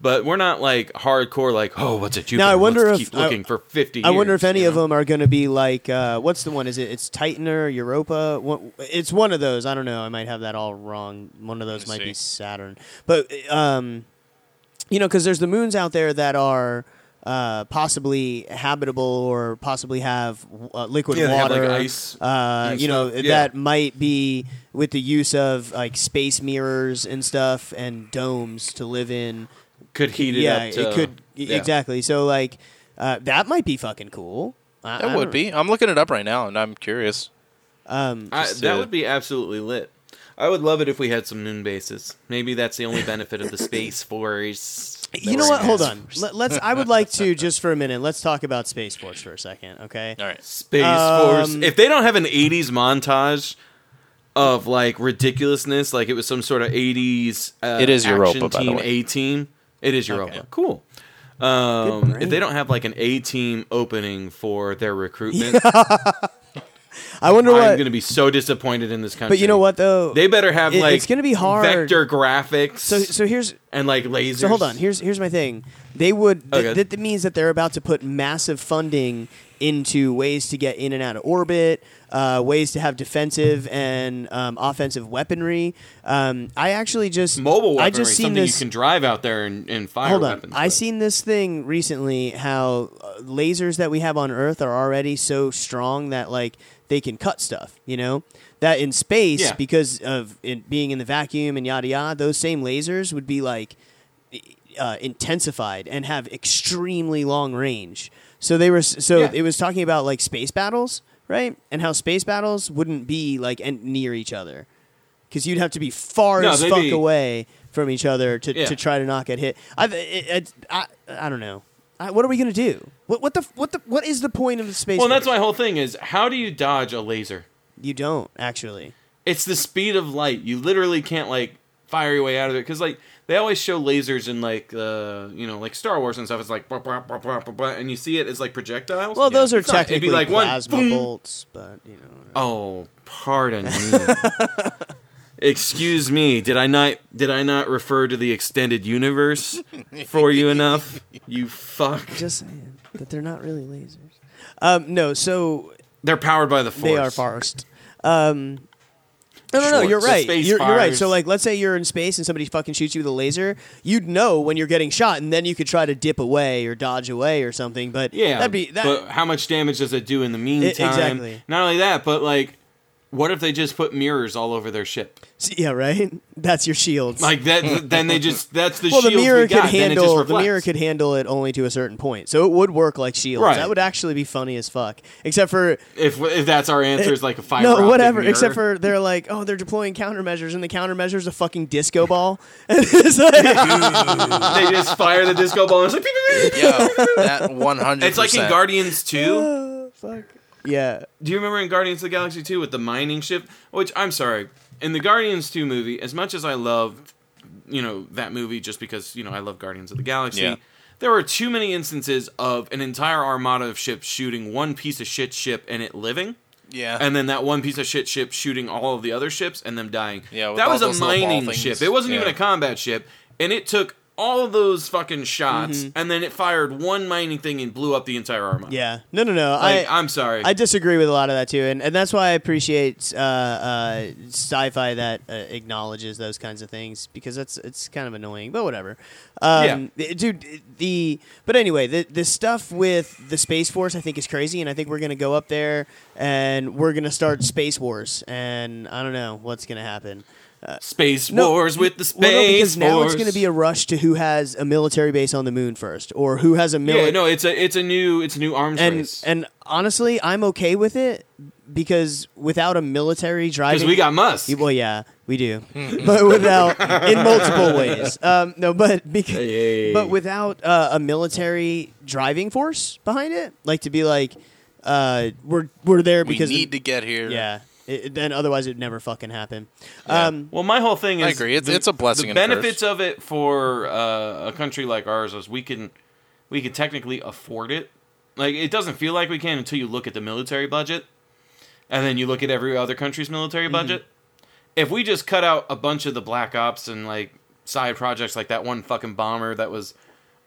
D: But we're not like hardcore, like oh, what's a Jupiter?
C: Now, I wonder
D: Let's
C: if- uh,
D: keep looking for fifty.
C: I wonder if
D: years,
C: any
D: you
C: of
D: know?
C: them are going to be like uh, what's the one? Is it it's Titaner, Europa? One- It's one of those. I don't know. I might have that all wrong. One of those
E: me
C: might be
E: see.
C: Saturn, but um, you know, because there's the moons out there that are uh, possibly habitable or possibly have uh, liquid
D: Yeah, they have,
C: water,
D: like, ice
C: uh,
D: and
C: you know,
D: stuff. Yeah.
C: that might be with the use of like space mirrors and stuff and domes to live in
D: could heat it
C: yeah,
D: up. to-
C: it could e,
D: yeah.
C: exactly. So like uh, that might be fucking cool. I, I
E: That would
C: don't-
E: be. I'm looking it up right now, and I'm curious.
C: Um,
D: I,
E: Just
D: that
E: to-
D: would be absolutely lit. I would love it if we had some moon bases. Maybe that's the only benefit of the space force.
C: you know what? Hold on. Let, let's. I would like to just for a minute. Let's talk about space force for a second. Okay.
E: All right.
D: Space Force.
C: Um,
D: If they don't have an 80s montage of like ridiculousness, like it was some sort of 80s uh,
E: It is Europa,
D: action
E: by the
D: team,
E: way.
D: A team. It is Europa.
C: Okay.
D: Cool. Um,
C: brain.
D: if they don't have like an A team opening for their recruitment,
C: I wonder
D: I'm
C: what.
D: going to be so disappointed in this country.
C: but you know what though?
D: They better have
C: It-
D: like
C: it's gonna be hard.
D: vector graphics
C: so so here's
D: and like lasers.
C: so hold on. Here's here's my thing. They would. Th-
D: Okay.
C: That means that they're about to put massive funding into ways to get in and out of orbit, uh, ways to have defensive and um, offensive weaponry. Um, I actually just
D: mobile weaponry,
C: I just seen
D: something
C: this.
D: you can drive out there and, and fire
C: Hold on.
D: weapons.
C: I
D: with.
C: seen this thing recently how uh, lasers that we have on Earth are already so strong that like they can cut stuff, you know? That in space
D: Yeah.
C: because of it being in the vacuum and yada yada, those same lasers would be like uh, intensified and have extremely long range. So they were so
D: Yeah.
C: it was talking about like space battles, right? And how space battles wouldn't be like en- near each other because you'd have to be far
D: No,
C: as
D: they'd
C: fuck
D: be-
C: away from each other to,
D: Yeah.
C: to try to not get hit. I've, it, it, I I don't know. I, what are we gonna do? What what the what the what is the point of the space?
D: Well, that's
C: race?
D: my whole thing is how do you dodge a laser?
C: you don't actually.
D: It's the speed of light. You literally can't like fire your way out of it because like they always show lasers in like uh, you know like Star Wars and stuff. It's like blah, blah, blah, blah, blah, blah, and you see it as like projectiles.
C: Well, those are
D: It's not-
C: technically
D: it'd be like
C: plasma
D: one. boom.
C: bolts, but you know.
D: Oh, pardon me. Excuse me. Did I not did I not refer to the extended universe for you enough? You fuck.
C: Just saying that they're not really lasers. Um, no, so
D: They're powered by the force.
C: they are forest. Um, no, no, no.
D: Sure,
C: You're
D: it's a
C: right.
D: space
C: You're, you're right.
D: forest.
C: So, like, let's say you're in space and somebody fucking shoots you with a laser. You'd know when you're getting shot, and then you could try to dip away or dodge away or something. But
D: Yeah,
C: that'd be that.
D: But how much damage does it do in the meantime?
C: exactly.
D: Not only that, but like, what if they just put mirrors all over their ship?
C: yeah, right. That's your shields.
D: Like that, then they just that's the
C: well, the
D: shield
C: mirror
D: we
C: could
D: got. then it just
C: handle the
D: reflects.
C: mirror could handle it only to a certain point, so it would work like shields.
D: Right.
C: That would actually be funny as fuck, except for
D: If if that's our answer is like a fire.
C: no,
D: optic
C: whatever.
D: mirror.
C: Except for they're like, oh, they're deploying countermeasures, and the countermeasures a fucking disco ball. And it's like,
D: they just fire the disco ball. And it's like "Pew, pew, pew, pew."
E: Yeah, that one hundred.
D: it's like in Guardians Two.
C: fuck. Yeah,
D: Do you remember in Guardians of the Galaxy 2 with the mining ship? Which I'm sorry, in the Guardians 2 movie, as much as I loved, you know, that movie just because, you know, I love Guardians of the Galaxy,
E: Yeah.
D: there were too many instances of an entire armada of ships shooting one piece of shit ship and it living.
E: Yeah,
D: And then that one piece of shit ship shooting all of the other ships and them dying.
E: Yeah, with
D: that
E: all
D: was a
E: those little ball
D: mining
E: things.
D: ship. It wasn't even
E: Yeah.
D: a combat ship, and it took all of those fucking shots,
E: Mm-hmm.
D: and then it fired one mining thing and blew up the entire armada.
C: yeah. No, no, no.
D: like,
C: I,
D: I, am sorry.
C: I disagree with a lot of that too, and, and that's why I appreciate uh, uh, sci-fi that uh, acknowledges those kinds of things because that's it's kind of annoying, but whatever. Um, th- dude, the but anyway, the the stuff with the space force I think is crazy, and I think we're gonna go up there and we're gonna start space wars, and I don't know what's gonna happen.
D: Space
C: No,
D: wars with the
C: Well,
D: space
C: no, because now
D: wars.
C: it's going to be a rush to who has a military base on the moon first, or who has a military.
D: yeah, no, it's a it's a new it's a new arms
C: and
D: race.
C: and honestly, I'm okay with it because without a military driving,
D: Because we got Mm-hmm. Musk.
C: well, yeah, we do, but without in multiple ways. Um, no, but because,
D: Hey.
C: but without uh, a military driving force behind it, like to be like, uh, we're we're there
E: we
C: because
E: need to get here.
C: yeah. It, then otherwise it'd never fucking happen. Um,
D: Well, my whole thing is
E: I agree. It's- it's a blessing
D: The
E: and a
D: benefits of it for uh, a country like ours is we can we can technically afford it. Like it doesn't feel like we can until you look at the military budget, and then you look at every other country's military
E: Mm-hmm.
D: budget. If we just cut out a bunch of the black ops and like side projects, like that one fucking bomber that was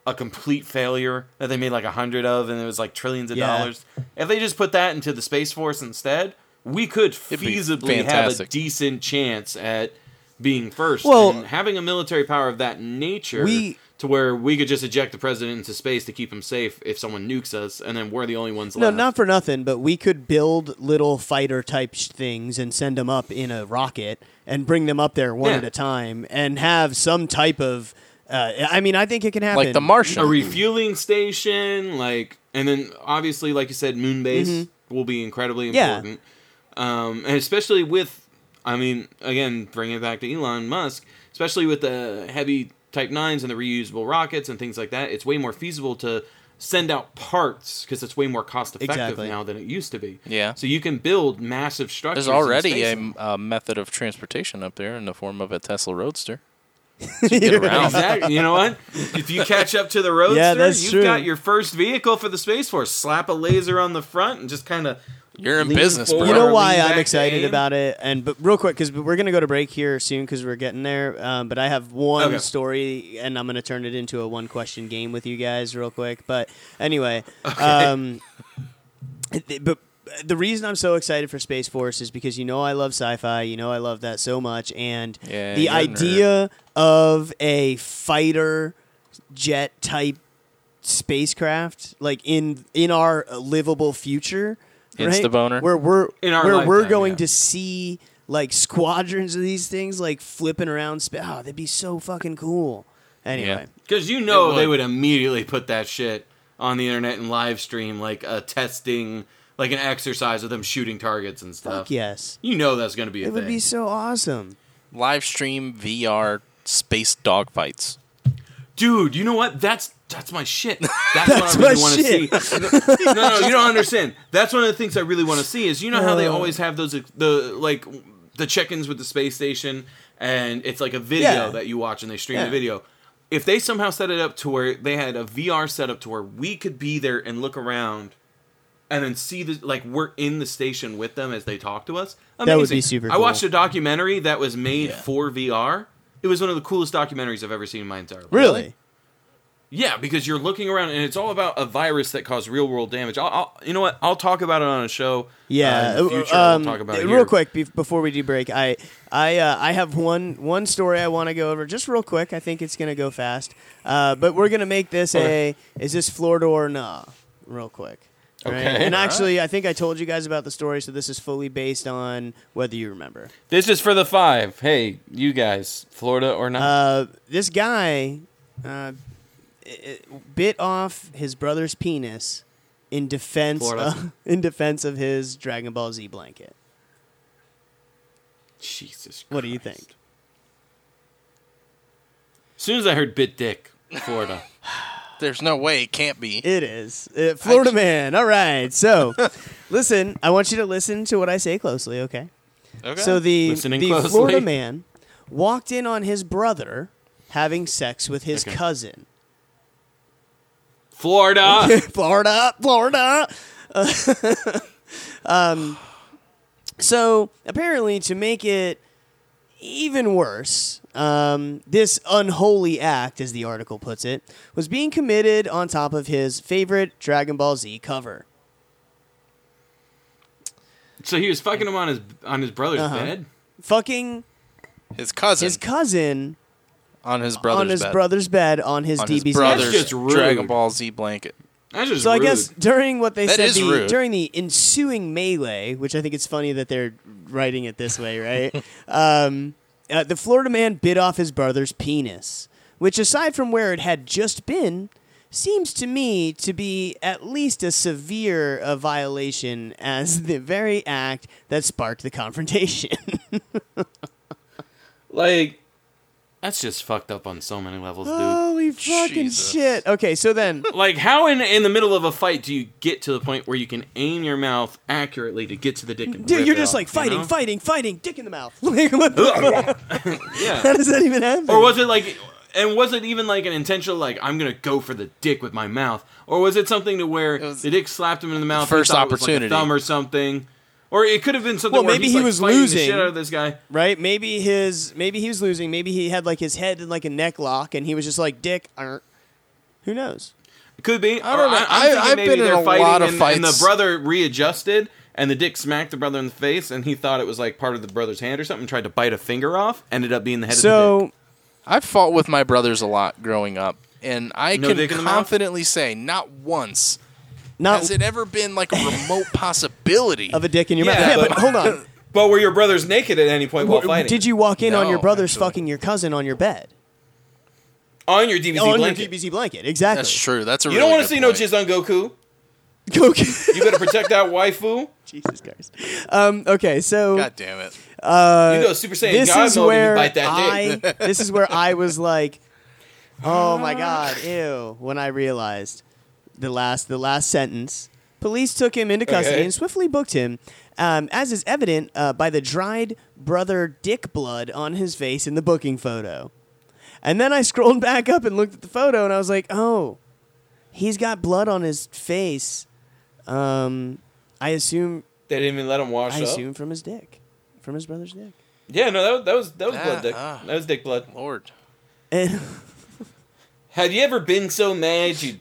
D: a complete failure that they made like a hundred of, and it was like trillions of
C: Yeah.
D: dollars. If they just put that into the space force instead, we could
E: be
D: feasibly have a
E: fantastic.
D: decent chance at being first.
C: Well-
D: and having a military power of that nature
C: We-
D: to where we could just eject the president into space to keep him safe if someone nukes us, and then we're the only ones
C: No,
D: left.
C: not for nothing, but we could build little fighter type sh- things and send them up in a rocket and bring them up there one
D: Yeah.
C: at a time and have some type of. Uh, I mean, I think it can happen.
E: like the
D: a
E: Martian.
D: refueling station, like, and then obviously, like you said, moon base will be incredibly
C: Mm-hmm. Yeah.
D: important, um, and especially with, I mean, again, bringing it back to Elon Musk, especially with the heavy Type Nines and the reusable rockets and things like that, it's way more feasible to send out parts because it's way more cost effective
C: Exactly.
D: now than it used to be.
E: Yeah.
D: so you can build massive structures.
E: There's
D: in
E: already
D: space.
E: a uh, method of transportation up there in the form of a Tesla Roadster.
D: Exactly. You know what? If you catch up to the roadster,
C: Yeah, that's
D: you've
C: true.
D: got your first vehicle for the Space Force. Slap a laser on the front and just kind of.
E: You're in
D: Lean
E: business, bro.
D: forward.
C: you know
D: Lean
C: why
D: back
C: I'm
D: to
C: excited
D: aim.
C: about it, and but real quick because we're gonna go to break here soon because we're getting there. Um, but I have one
D: Okay.
C: story, and I'm gonna turn it into a one question game with you guys real quick. But anyway, um, th- but the reason I'm so excited for Space Force is because you know I love sci-fi, you know I love that so much, and
E: Yeah,
C: the
E: you're a nerd.
C: idea of a fighter jet type spacecraft like in in our livable future right?
E: Insta-boner.
C: where we're
D: In our
C: where we're
D: lifetime,
C: going
D: yeah.
C: to see like squadrons of these things like flipping around spa- oh, that'd be so fucking cool Anyway,
D: Because you know
E: It would.
D: they would immediately put that shit on the internet and live stream like a testing, like an exercise of them shooting targets and stuff.
C: fuck yes,
D: You know that's going to be a
C: it would
D: thing.
C: be so awesome.
E: Live stream VR space dogfights.
D: Dude, you know what? That's that's my shit. That's, what I
C: my
D: really want
C: shit.
D: to see. No, no, you don't understand. That's one of the things I really want to see is you know how they
C: Uh.
D: always have those the like the check-ins with the space station and it's like a video
C: Yeah.
D: that you watch and they stream
C: Yeah.
D: the video. If they somehow set it up to where they had a VR setup to where we could be there and look around and then see the like we're in the station with them as they talk to us.
C: That would be
D: amazing.
C: super
D: I watched
C: cool.
D: a documentary that was made
E: Yeah.
D: for VR. It was one of the coolest documentaries I've ever seen in my entire life.
C: Really?
D: Yeah, because you're looking around, and it's all about a virus that caused real world damage. I'll, I'll, you know what? I'll talk about it on a show.
C: Yeah.
D: uh, in
C: uh,
D: the future,
C: um,
D: we'll talk about it
C: real
D: here.
C: quick bef- before we do break. I I uh, I have one one story I want to go over just real quick. I think it's gonna go fast, uh, but we're gonna make this
D: Okay.
C: a is this Florida or nah? Real quick. Right?
D: Okay.
C: And actually, I think I told you guys about the story, so this is fully based on whether you remember.
D: This is for the five. Hey, you guys, Florida or not?
C: Uh, this guy uh, it, it bit off his brother's penis in defense
D: Florida.
C: of, in defense of his Dragon Ball Z blanket.
D: Jesus. Christ.
C: What do you think?
D: As soon as I heard "bit dick," Florida.
E: There's no way it can't be.
C: It is. Uh, Florida man. All right. So, listen, I want you to listen to what I say closely, okay?
E: Okay.
C: So the
D: Listening
C: the
D: closely.
C: Florida man walked in on his brother having sex with his
D: Okay.
C: cousin.
D: Florida.
C: Florida, Florida. Uh, um, so apparently, to make it even worse, um, this unholy act, as the article puts it, was being committed on top of his favorite Dragon Ball Z cover.
D: so he was fucking him on his on his brother's
C: Uh-huh.
D: bed.
C: Fucking
E: his cousin
C: his cousin
E: on his brother's
C: on his
E: bed.
C: brother's bed on his
E: on his
C: DBZ.
E: brother's
D: That's just rude.
E: Dragon Ball Z blanket.
D: That's just
C: So I
D: rude.
C: guess during what they
E: That
C: said
E: is
C: the,
E: rude.
C: during the ensuing melee, which I think it's funny that they're writing it this way, right? um, uh, the Florida man bit off his brother's penis, which, aside from where it had just been, seems to me to be at least as severe a violation as the very act that sparked the confrontation.
D: like that's just fucked up on so many levels, dude.
C: Holy fucking
E: Jesus.
C: shit! Okay, so then
D: Like how in in the middle of a fight do you get to the point where you can aim your mouth accurately to get to the dick? And
C: Dude,
D: rip
C: you're
D: it
C: just
D: off,
C: like
D: you
C: fighting,
D: know?
C: fighting, fighting, dick in the mouth. Like, what the fuck?
D: Yeah.
C: How does that even happen?
D: Or was it like, and was it even like an intentional, like, I'm going to go for the dick with my mouth? Or was it something to where
E: was-
D: the dick slapped him in the mouth? he
E: First
D: thought it was, like, a
E: opportunity.
D: thumb or something. Or it could have been something
C: Well,
D: where
C: maybe
D: he's,
C: he
D: like,
C: was
D: fighting the
C: losing.
D: shit out of this guy.
C: right? Maybe his maybe he was losing. Maybe he had like his head in like a neck lock, and he was just like dick. er." Who knows?
D: It could be.
E: I don't
D: Or
E: know.
D: I'm
E: I-
D: thinking
E: I've
D: maybe
E: been in
D: they're
E: a
D: fighting
E: lot of
D: and, and the
E: fights.
D: brother readjusted. And the dick smacked the brother in the face, and he thought it was like part of the brother's hand or something. Tried to bite a finger off, ended up being the head of the
C: So
D: dick.
E: I fought with my brothers a lot growing up, and I
D: No dick in
E: can
D: the mouth?
E: confidently say not once
C: not
E: has it ever been like a remote possibility.
C: of a dick in your
D: Yeah,
C: mouth. Yeah,
D: but-
C: but hold on.
D: But were your brothers naked at any point while fighting?
C: Did you walk in on your
E: No,
C: brother's
E: actually.
C: fucking your cousin on your bed?
D: on your DVC
C: on
D: blanket?
C: your DBZ blanket, exactly.
E: That's true. That's a
D: you don't want to see no jizz on Goku.
C: Go
D: You better protect that waifu.
C: Jesus Christ. Um, okay, so
E: God damn it! Uh,
D: you go Super Saiyan
C: this
D: God
C: is
D: mode and
C: where
D: you bite that
C: I,
D: dick.
C: this is where I was like, oh my god, ew, when I realized the last the last sentence. Police took him into custody
D: Okay.
C: and swiftly booked him, um, as is evident uh, by the dried brother dick blood on his face in the booking photo. And then I scrolled back up and looked at the photo, and I was like, oh, he's got blood on his face. Um, I assume
D: They didn't even let him wash
C: I
D: up.
C: assume from his dick, from his brother's dick.
D: Yeah, no, that was that was, that was
E: Ah,
D: blood dick.
E: ah.
D: That was dick blood.
E: Lord,
C: And
D: Have you ever been so mad you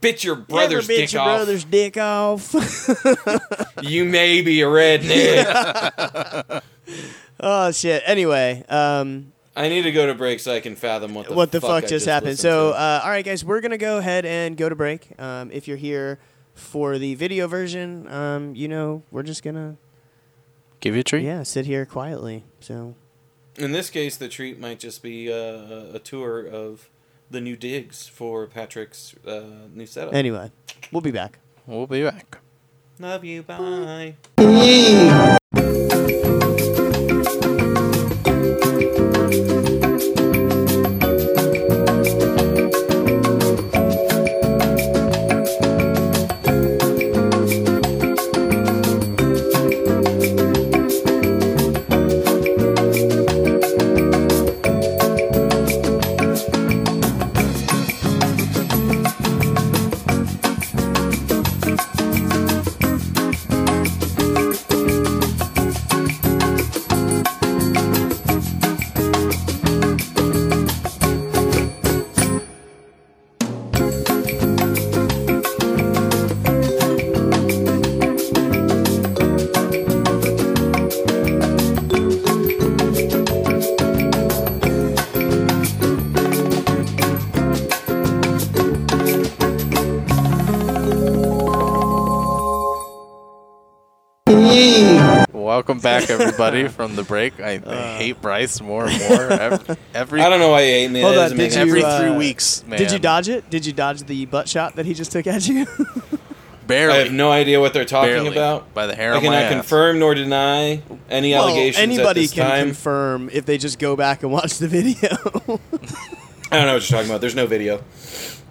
D: bit your
C: You ever
D: brother's
C: bit
D: dick
C: your
D: off?
C: brother's dick off.
D: You may be a redneck.
C: oh shit. Anyway, um,
D: I need to go to break so I can fathom what the
C: what the
D: fuck,
C: fuck,
D: I
C: just, happened?
D: listened
C: So,
D: to.
C: uh, all right, guys, we're gonna go ahead and go to break. Um, if you're here for the video version, um, you know, we're just gonna
E: give you a treat.
C: yeah sit here quietly. So
D: in this case, the treat might just be uh, a tour of the new digs for Patrick's uh, new setup.
C: Anyway, we'll be back.
E: We'll be back.
D: Love you. Bye.
E: Welcome back, everybody, from the break. I,
C: Uh,
E: I hate Bryce more and more every every,
D: I don't know why you hate me.
C: Hold
D: That
C: on,
D: doesn't
C: did
D: make
C: you,
D: any
E: every
D: sense.
C: uh,
E: three weeks, man.
C: Did you dodge it? Did you dodge the butt shot that he just took at you?
E: Barely.
D: I have no idea what they're talking
E: barely,
D: about.
E: by the hair
D: I
E: of my
D: cannot
E: ass.
D: confirm nor deny any
C: Well,
D: allegations at
C: anybody
D: this
C: can
D: time.
C: confirm if they just go back and watch the video.
D: I don't know what you're talking about. There's no video.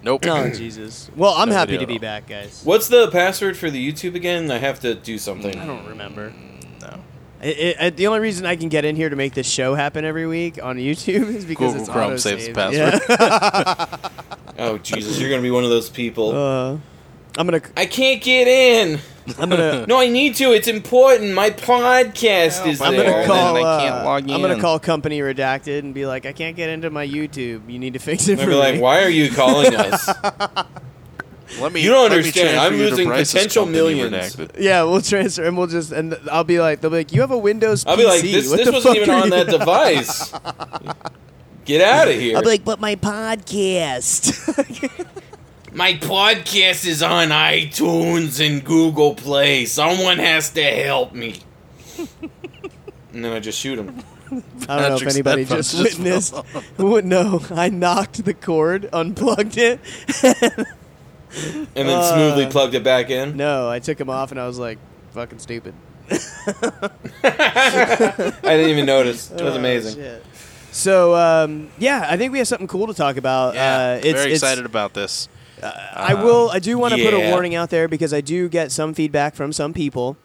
E: Nope.
C: oh Jesus! Well, I'm
E: No
C: happy
E: video
C: to
E: at
C: be
E: all.
C: back, guys.
D: What's the password for the YouTube again? I have to do something.
C: I don't remember.
E: No.
C: It, it, it- the only reason I can get in here to make this show happen every week on YouTube is because
E: Google
C: it's
E: Chrome saves the
C: autosaved.
E: password.
D: Oh Jesus, you're gonna be one of those people.
C: Yeah. Uh, I'm gonna.
D: I can't get in.
C: I'm gonna.
D: No, I need to. It's important. My podcast is
E: I'm
C: Oh, I'm
E: gonna
D: there.
C: gonna call.
E: Well, then I can't
C: uh,
E: log
C: I'm gonna
E: in.
C: call company redacted and be like, I can't get into my YouTube. You need to fix it
D: They'll
C: for
D: be
C: me.
D: like, "Why are you calling us?
E: Let me.
D: You don't
E: let me
D: understand.
E: transfer
D: I'm
E: you to
D: losing
E: Bryce's
D: potential
E: company,
D: millions.
E: Redacted.
C: Yeah, we'll transfer and we'll just and th- I'll be like, they'll be like, you have a Windows.
D: I'll be like,
C: PC.
D: "This,
C: What
D: this
C: the
D: wasn't
C: fuck
D: even
C: are
D: on
C: you-"
D: that device. Get out of here."
C: I'll be like, but my podcast.
D: My podcast is on iTunes and Google Play. Someone has to help me. and then I just shoot him.
C: I don't know if
E: Patrick's
C: anybody
E: headphones
C: just
E: just fell
C: witnessed.
E: off.
C: Would no, I knocked the cord, unplugged it.
D: And then smoothly plugged it back in.
C: Uh, no, I took him off, and I was like, fucking stupid.
D: I didn't even notice. It was
C: Oh,
D: amazing.
C: shit. So um, yeah, I think we have something cool to talk about.
E: Yeah,
C: uh, it's,
E: very
C: it's-
E: excited about this.
C: I will. I do want to put a
D: yeah.
C: warning out there because I do get some feedback from some people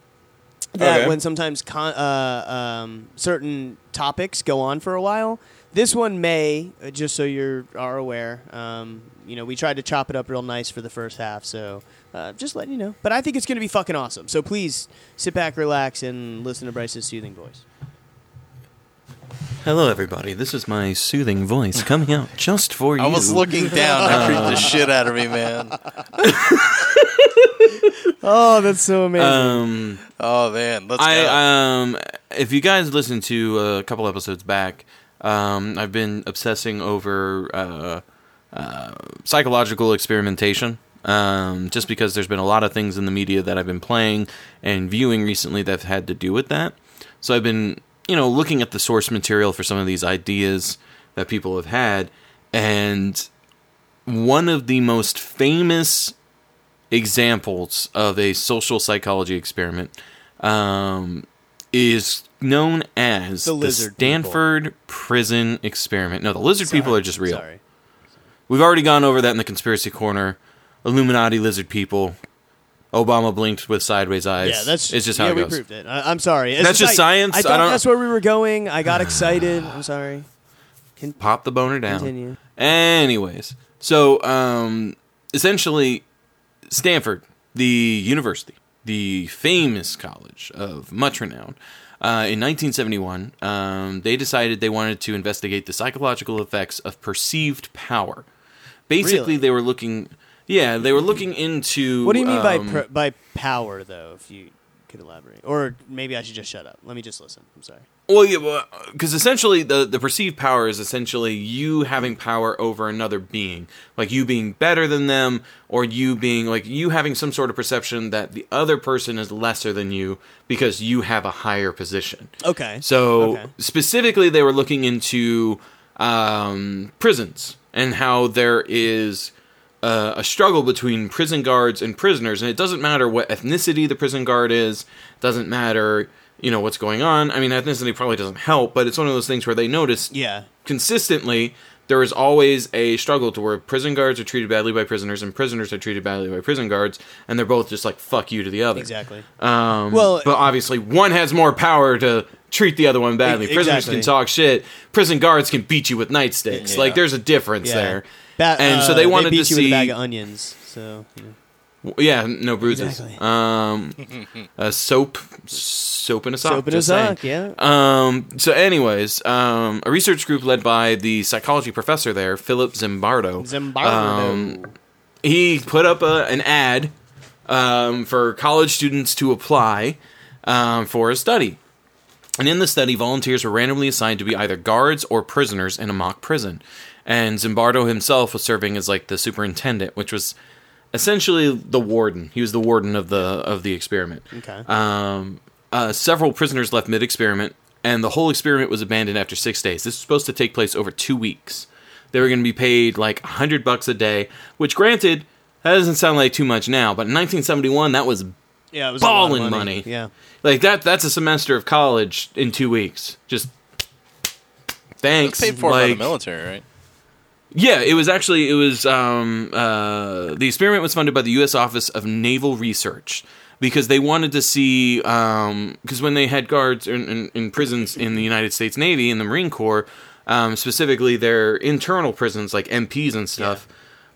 C: that
D: Okay.
C: when sometimes con- uh, um, certain topics go on for a while. This one may, uh, just so you are aware, um, you know, we tried to chop it up real nice for the first half, so uh, just letting you know. But I think it's going to be fucking awesome. So please sit back, relax, and listen to Bryce's soothing voice.
D: Hello, everybody. This is my soothing voice coming out just for you.
E: I was looking down. That creeped the shit out of me, man.
C: Oh, that's so amazing!
D: Um,
E: Oh man, let's go.
D: I um, if you guys listen to a couple episodes back, um, I've been obsessing over uh, uh, psychological experimentation. Um, just because there's been a lot of things in the media that I've been playing and viewing recently that have had to do with that. So I've been, you know, looking at the source material for some of these ideas that people have had, and one of the most famous examples of a social psychology experiment um, is known as
C: The lizard
D: Stanford Prison Experiment. No, the lizard people are just real.
C: Sorry.
D: We've already gone over that in the conspiracy corner. Illuminati lizard people. Obama blinked with sideways eyes.
C: Yeah, that's
D: it's just how
C: yeah,
D: it goes.
C: we proved it. I, I'm sorry. It's
D: That's just
C: I-
D: science?
C: I
D: I
C: thought
D: don't-
C: that's where we were going. I got excited. I'm sorry.
D: Pop the boner down.
C: Continue.
D: Anyways, so um, essentially, Stanford, the university, the famous college of much renown, uh, in 1971, um, they decided they wanted to investigate the psychological effects of perceived power. Basically,
C: Really?
D: they were looking. Yeah, they were looking into.
C: What do you mean
D: um,
C: by per, by power, though? If you could elaborate, or maybe I should just shut up. Let me just listen. I'm sorry.
D: Well, yeah, because essentially the the perceived power is essentially you having power over another being, like you being better than them, or you being like you having some sort of perception that the other person is lesser than you because you have a higher position.
C: Okay.
D: So
C: Okay.
D: specifically, they were looking into um, prisons and how there is uh, a struggle between prison guards and prisoners, and it doesn't matter what ethnicity the prison guard is, doesn't matter you know what's going on. I mean, ethnicity probably doesn't help, but it's one of those things where they notice
C: Yeah.
D: consistently there is always a struggle to where prison guards are treated badly by prisoners and prisoners are treated badly by prison guards and they're both just like fuck you to the other
C: Exactly.
D: um,
C: Well-
D: but obviously one has more power to treat the other one badly
C: E-
D: prisoners
C: exactly.
D: can talk shit prison guards can beat you with nightsticks
E: Yeah.
D: like there's a difference
C: Yeah.
D: there
C: Ba-
D: and
C: uh,
D: so they wanted
C: beat
D: to
C: you with a
D: see
C: bag of onions. So you know.
D: w- yeah no bruises
C: Exactly.
D: um uh, soap soap in a sock
C: Soap in a
D: Ah, just saying.
C: sock, yeah.
D: Um, so, anyways, um, a research group led by the psychology professor there, Philip Zimbardo.
C: Zimbardo.
D: Um, he put up a, an ad um, for college students to apply um, for a study. And in the study, volunteers were randomly assigned to be either guards or prisoners in a mock prison. And Zimbardo himself was serving as like the superintendent, which was essentially the warden. He was the warden of the of the experiment.
C: Okay.
D: Um, uh, several prisoners left mid experiment, and the whole experiment was abandoned after six days. This was supposed to take place over two weeks. They were going to be paid like a hundred bucks a day, which, granted, that doesn't sound like too much now, but in 1971, that was
C: yeah, it was
D: balling
C: a lot of
D: money.
C: Yeah.
D: like that. That's a semester of college in two weeks. Just thanks.
E: It's paid for by the
D: like,
E: military, right?
D: yeah, it was actually it was um, uh, the experiment was funded by the U.S. Office of Naval Research because they wanted to see because when they had guards in, in, in prisons in the United States Navy in the Marine Corps, um, specifically their internal prisons like MPs and stuff.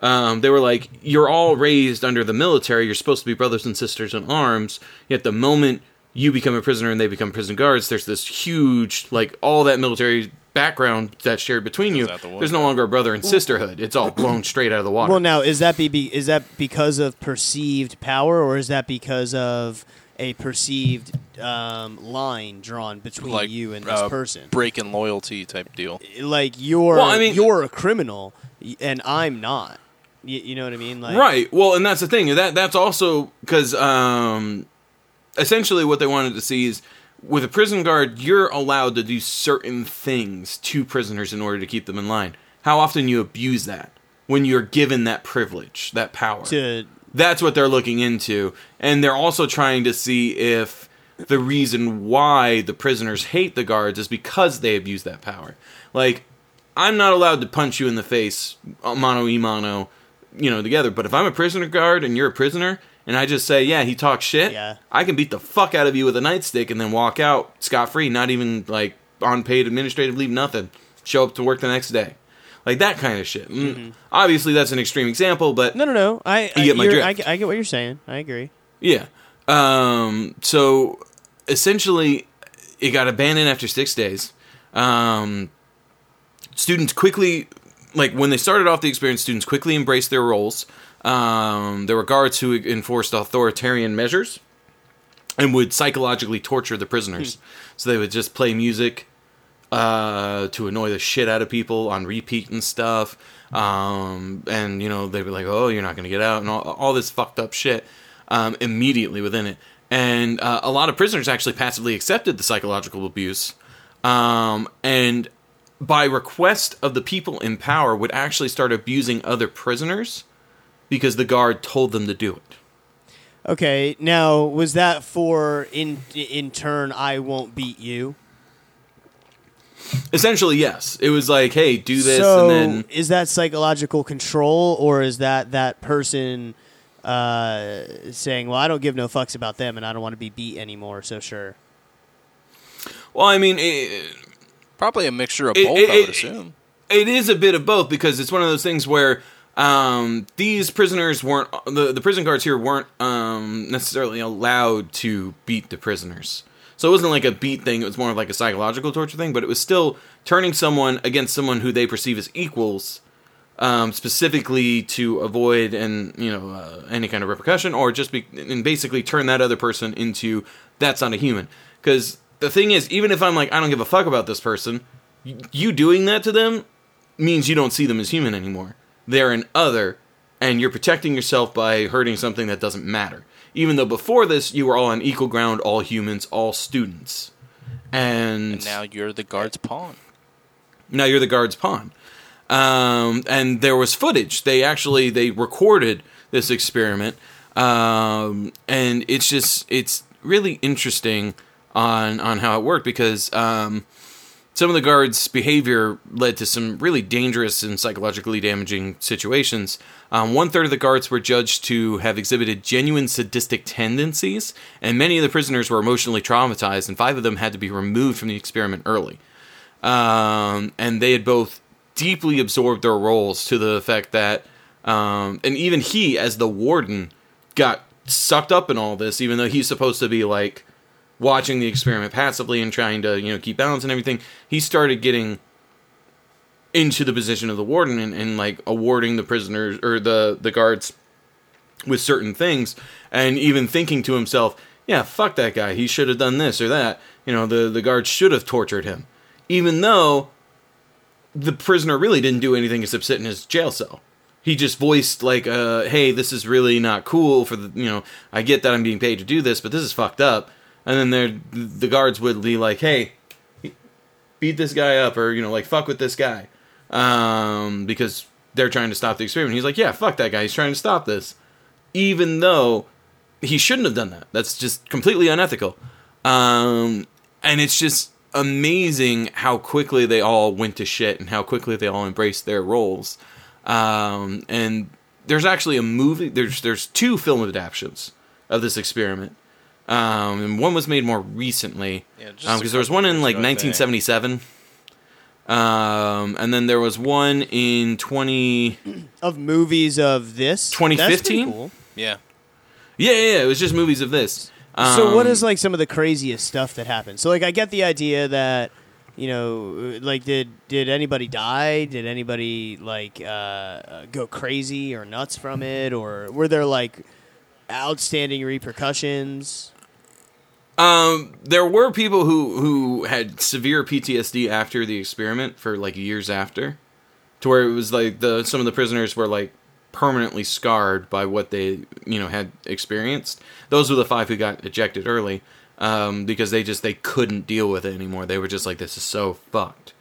D: Um, they were like, "You're all raised under the military. You're supposed to be brothers and sisters in arms. Yet the moment you become a prisoner and they become prison guards, there's this huge like all that military background that's shared between you.
E: out the
D: There's no longer a brother and sisterhood. It's all blown straight out of the water.
C: Well, now is that be, be is that because of perceived power, or is that because of a perceived um, line drawn between
E: Like
C: you and this
E: uh,
C: person?
E: break and loyalty type deal.
C: like you're
D: Well, I mean-
C: you're a criminal, y- and I'm not. You, you know what I mean? Like
D: right. Well, and that's the thing. That that's also because um, essentially what they wanted to see is with a prison guard, you're allowed to do certain things to prisoners in order to keep them in line. How often you abuse that when you're given that privilege, that power.
C: To
D: That's what they're looking into. And they're also trying to see if the reason why the prisoners hate the guards is because they abuse that power. Like, I'm not allowed to punch you in the face, uh, mano e mano, you know, together. But if I'm a prisoner guard and you're a prisoner, and I just say, yeah, he talks shit,
C: Yeah.
D: I can beat the fuck out of you with a nightstick and then walk out scot free, not even like on paid administrative leave, nothing. Show up to work the next day. Like that kind of shit. Mm. Obviously, that's an extreme example, but
C: no, no, no. I I,
D: You get my
C: you're- I
D: drift.
C: I get what you're saying. I agree.
D: Yeah. Um, so essentially, it got abandoned after six days. Um, students quickly, like when they started off the experience, students quickly embraced their roles. Um, there were guards who enforced authoritarian measures and would psychologically torture the prisoners. So they would just play music uh, to annoy the shit out of people on repeat and stuff. Um, and you know they'd be like, "Oh, you're not gonna get out," and all, all this fucked up shit um, immediately within it. And uh, a lot of prisoners actually passively accepted the psychological abuse, um, and by request of the people in power, would actually start abusing other prisoners because the guard told them to do it.
C: Okay, now was that for in in turn I won't beat you?
D: Essentially, yes, it was like, "Hey, do this,"
C: so
D: and then
C: is that psychological control or is that that person uh, saying, "Well, I don't give no fucks about them, and I don't want to be beat anymore"? So sure.
D: well, I mean. It,
E: Probably a mixture of
D: It-
E: both,
D: it-
E: I would
D: it-
E: assume.
D: it is a bit of both because it's one of those things where um, these prisoners weren't the, the prison guards here weren't um, necessarily allowed to beat the prisoners. So it wasn't like a beat thing; it was more of like a psychological torture thing. But it was still turning someone against someone who they perceive as equals, um, specifically to avoid and you know uh, any kind of repercussion, or just be and basically turn that other person into that's not a human. Because the thing is, even if I'm like I don't give a fuck about this person, y- you doing that to them means you don't see them as human anymore. They're an other, and you're protecting yourself by hurting something that doesn't matter. Even though before this, you were all on equal ground, all humans, all students. And,
E: Now you're the guard's pawn.
D: Now you're the guard's pawn. Um, and there was footage. They actually they recorded this experiment, um, and it's just it's really interesting on on how it worked because um, some of the guards' behavior led to some really dangerous and psychologically damaging situations. Um, one third of the guards were judged to have exhibited genuine sadistic tendencies, and many of the prisoners were emotionally traumatized, and five of them had to be removed from the experiment early. Um, and they had both deeply absorbed their roles to the effect that, um, and even he, as the warden, got sucked up in all this, even though he's supposed to be like watching the experiment passively and trying to you know keep balance and everything he started getting into the position of the warden and, and like awarding the prisoners or the the guards with certain things and even thinking to himself yeah fuck that guy he should have done this or that you know the the guards should have tortured him even though the prisoner really didn't do anything except sit in his jail cell he just voiced like uh hey this is really not cool for the you know i get that i'm being paid to do this but this is fucked up and then there the guards would be like hey beat this guy up or you know like fuck with this guy um because they're trying to stop the experiment he's like yeah fuck that guy he's trying to stop this even though he shouldn't have done that that's just completely unethical um and it's just amazing how quickly they all went to shit and how quickly they all embraced their roles um and there's actually a movie there's there's two film adaptations of this experiment um, and one was made more recently
E: Yeah,
D: because
E: just a
D: there was
E: couple
D: one in
E: years
D: like
E: ago, I think.
D: 1977 um, and then there was one in 20
C: of movies of this. That's pretty
D: 2015?
C: cool.
E: Yeah.
D: yeah yeah, yeah it was just movies of this
C: so what
D: Um,
C: is like some of the craziest stuff that happened? So like I get the idea that you know like did did anybody die? Did anybody like uh, uh, go crazy or nuts from it? Or were there like outstanding repercussions?
D: Um, there were people who who had severe PTSD after the experiment for like years after, to where it was like the some of the prisoners were like permanently scarred by what they you know had experienced. Those were the five who got ejected early, um, because they just they couldn't deal with it anymore. They were just like, this is so fucked.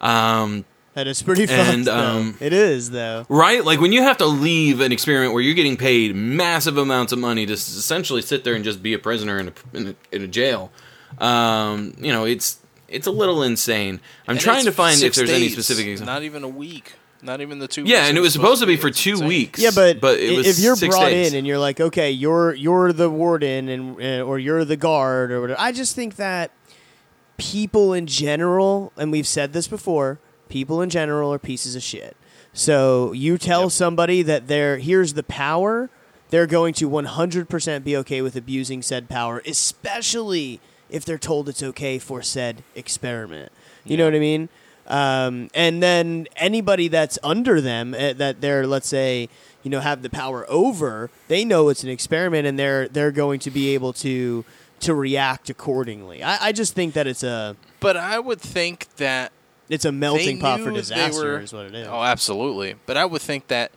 D: Um,
C: That is pretty fun.
D: And, um,
C: it is though.
D: Right? Like when you have to leave an experiment where you're getting paid massive amounts of money to s- essentially sit there and just be a prisoner in a in a, in a jail. Um, you know, it's it's a little insane. I'm
E: And
D: trying
E: it's
D: to find if
E: six
D: there's any
E: days,
D: specific example.
E: Not even a week. Not even the two.
D: Yeah,
E: weeks
D: and it was supposed to be for
E: It's
D: two
E: insane.
D: weeks.
C: Yeah, but,
D: but it
C: i-
D: was
C: if you're
D: six
C: brought
D: days.
C: in and you're like, okay, you're you're the warden and uh, or you're the guard or whatever. I just think that people in general, and we've said this before, people in general are pieces of shit. So you tell somebody that they're here's the power, they're going to 100% be okay with abusing said power, especially if they're told it's okay for said experiment. You know what I mean? Um, and then anybody that's under them uh, that they're let's say you know have the power over, they know it's an experiment, and they're they're going to be able to to react accordingly. I, I just think that it's a
E: But I would think that
C: it's a melting
E: they
C: pot
E: knew
C: for
E: they
C: disaster
E: were-
C: is what it is.
E: Oh, absolutely. But I would think that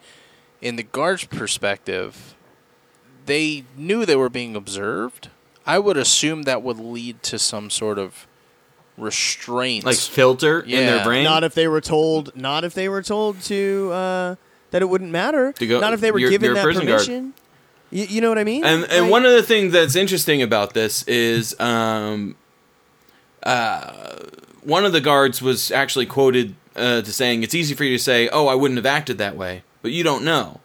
E: in the guard's perspective, they knew they were being observed. I would assume that would lead to some sort of restraint.
D: like filter in their
E: Yeah.
D: brain.
C: not if they were told. Not if they were told to uh, that it wouldn't matter.
D: To go-
C: not if they were
D: you're-
C: given
D: you're a
C: that
D: prison guard.
C: permission. You, you know what I mean?
D: And and
C: Like-
D: one of the things that's interesting about this is um uh one of the guards was actually quoted uh, to saying it's easy for you to say, "Oh, I wouldn't have acted that way," but you don't know.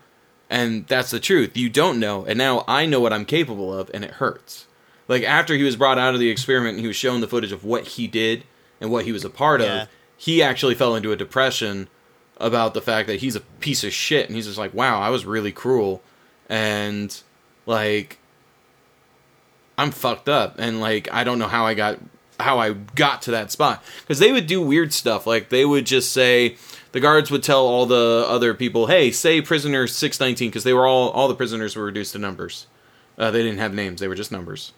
D: And that's the truth. You don't know, and now I know what I'm capable of and it hurts. Like after he was brought out of the experiment and he was shown the footage of what he did and what he was a part
C: Yeah.
D: of, he actually fell into a depression about the fact that he's a piece of shit and he's just like, wow, I was really cruel and like I'm fucked up and like I don't know how I got how I got to that spot because they would do weird stuff like they would just say the guards would tell all the other people, hey, say prisoner 619 because they were all all the prisoners were reduced to numbers. Uh, they didn't have names; they were just numbers.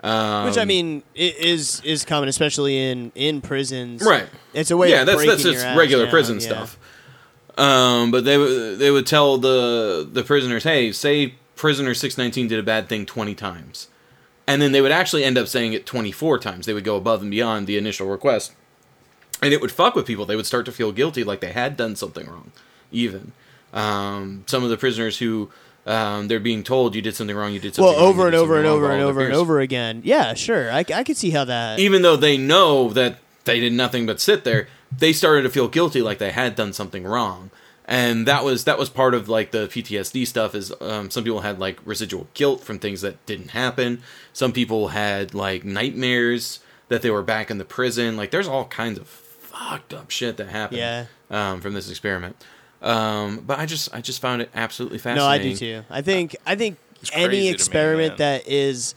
C: Which
D: Um,
C: I mean i- is is common, especially in in prisons.
D: Right.
C: It's a way.
D: yeah,
C: of
D: that's that's
C: breaking
D: just
C: your ass
D: regular
C: down,
D: prison
C: yeah.
D: stuff. Um, but they would they would tell the the prisoners, hey, say prisoner six nineteen did a bad thing twenty times, and then they would actually end up saying it twenty four times. They would go above and beyond the initial request, and it would fuck with people. They would start to feel guilty, like they had done something wrong. Even um, some of the prisoners who um, they're being told you did something wrong, you did something
C: Well,
D: wrong,
C: over
D: you
C: and
D: did
C: over and
D: something wrong,"
C: over
D: all
C: and
D: their
C: over and
D: peers.
C: over again. Yeah, sure. I, I could see how that.
D: Even though they know that they did nothing but sit there, they started to feel guilty, like they had done something wrong. And that was that was part of like the PTSD stuff. Is um, some people had like residual guilt from things that didn't happen. Some people had like nightmares that they were back in the prison. Like there's all kinds of fucked up shit that happened.
C: Yeah.
D: Um, from this experiment. Um, but I just I just found it absolutely
C: No, I
D: fascinating.
C: do too. I think I think
E: crazy to
C: any
E: me,
C: experiment
E: man.
C: that is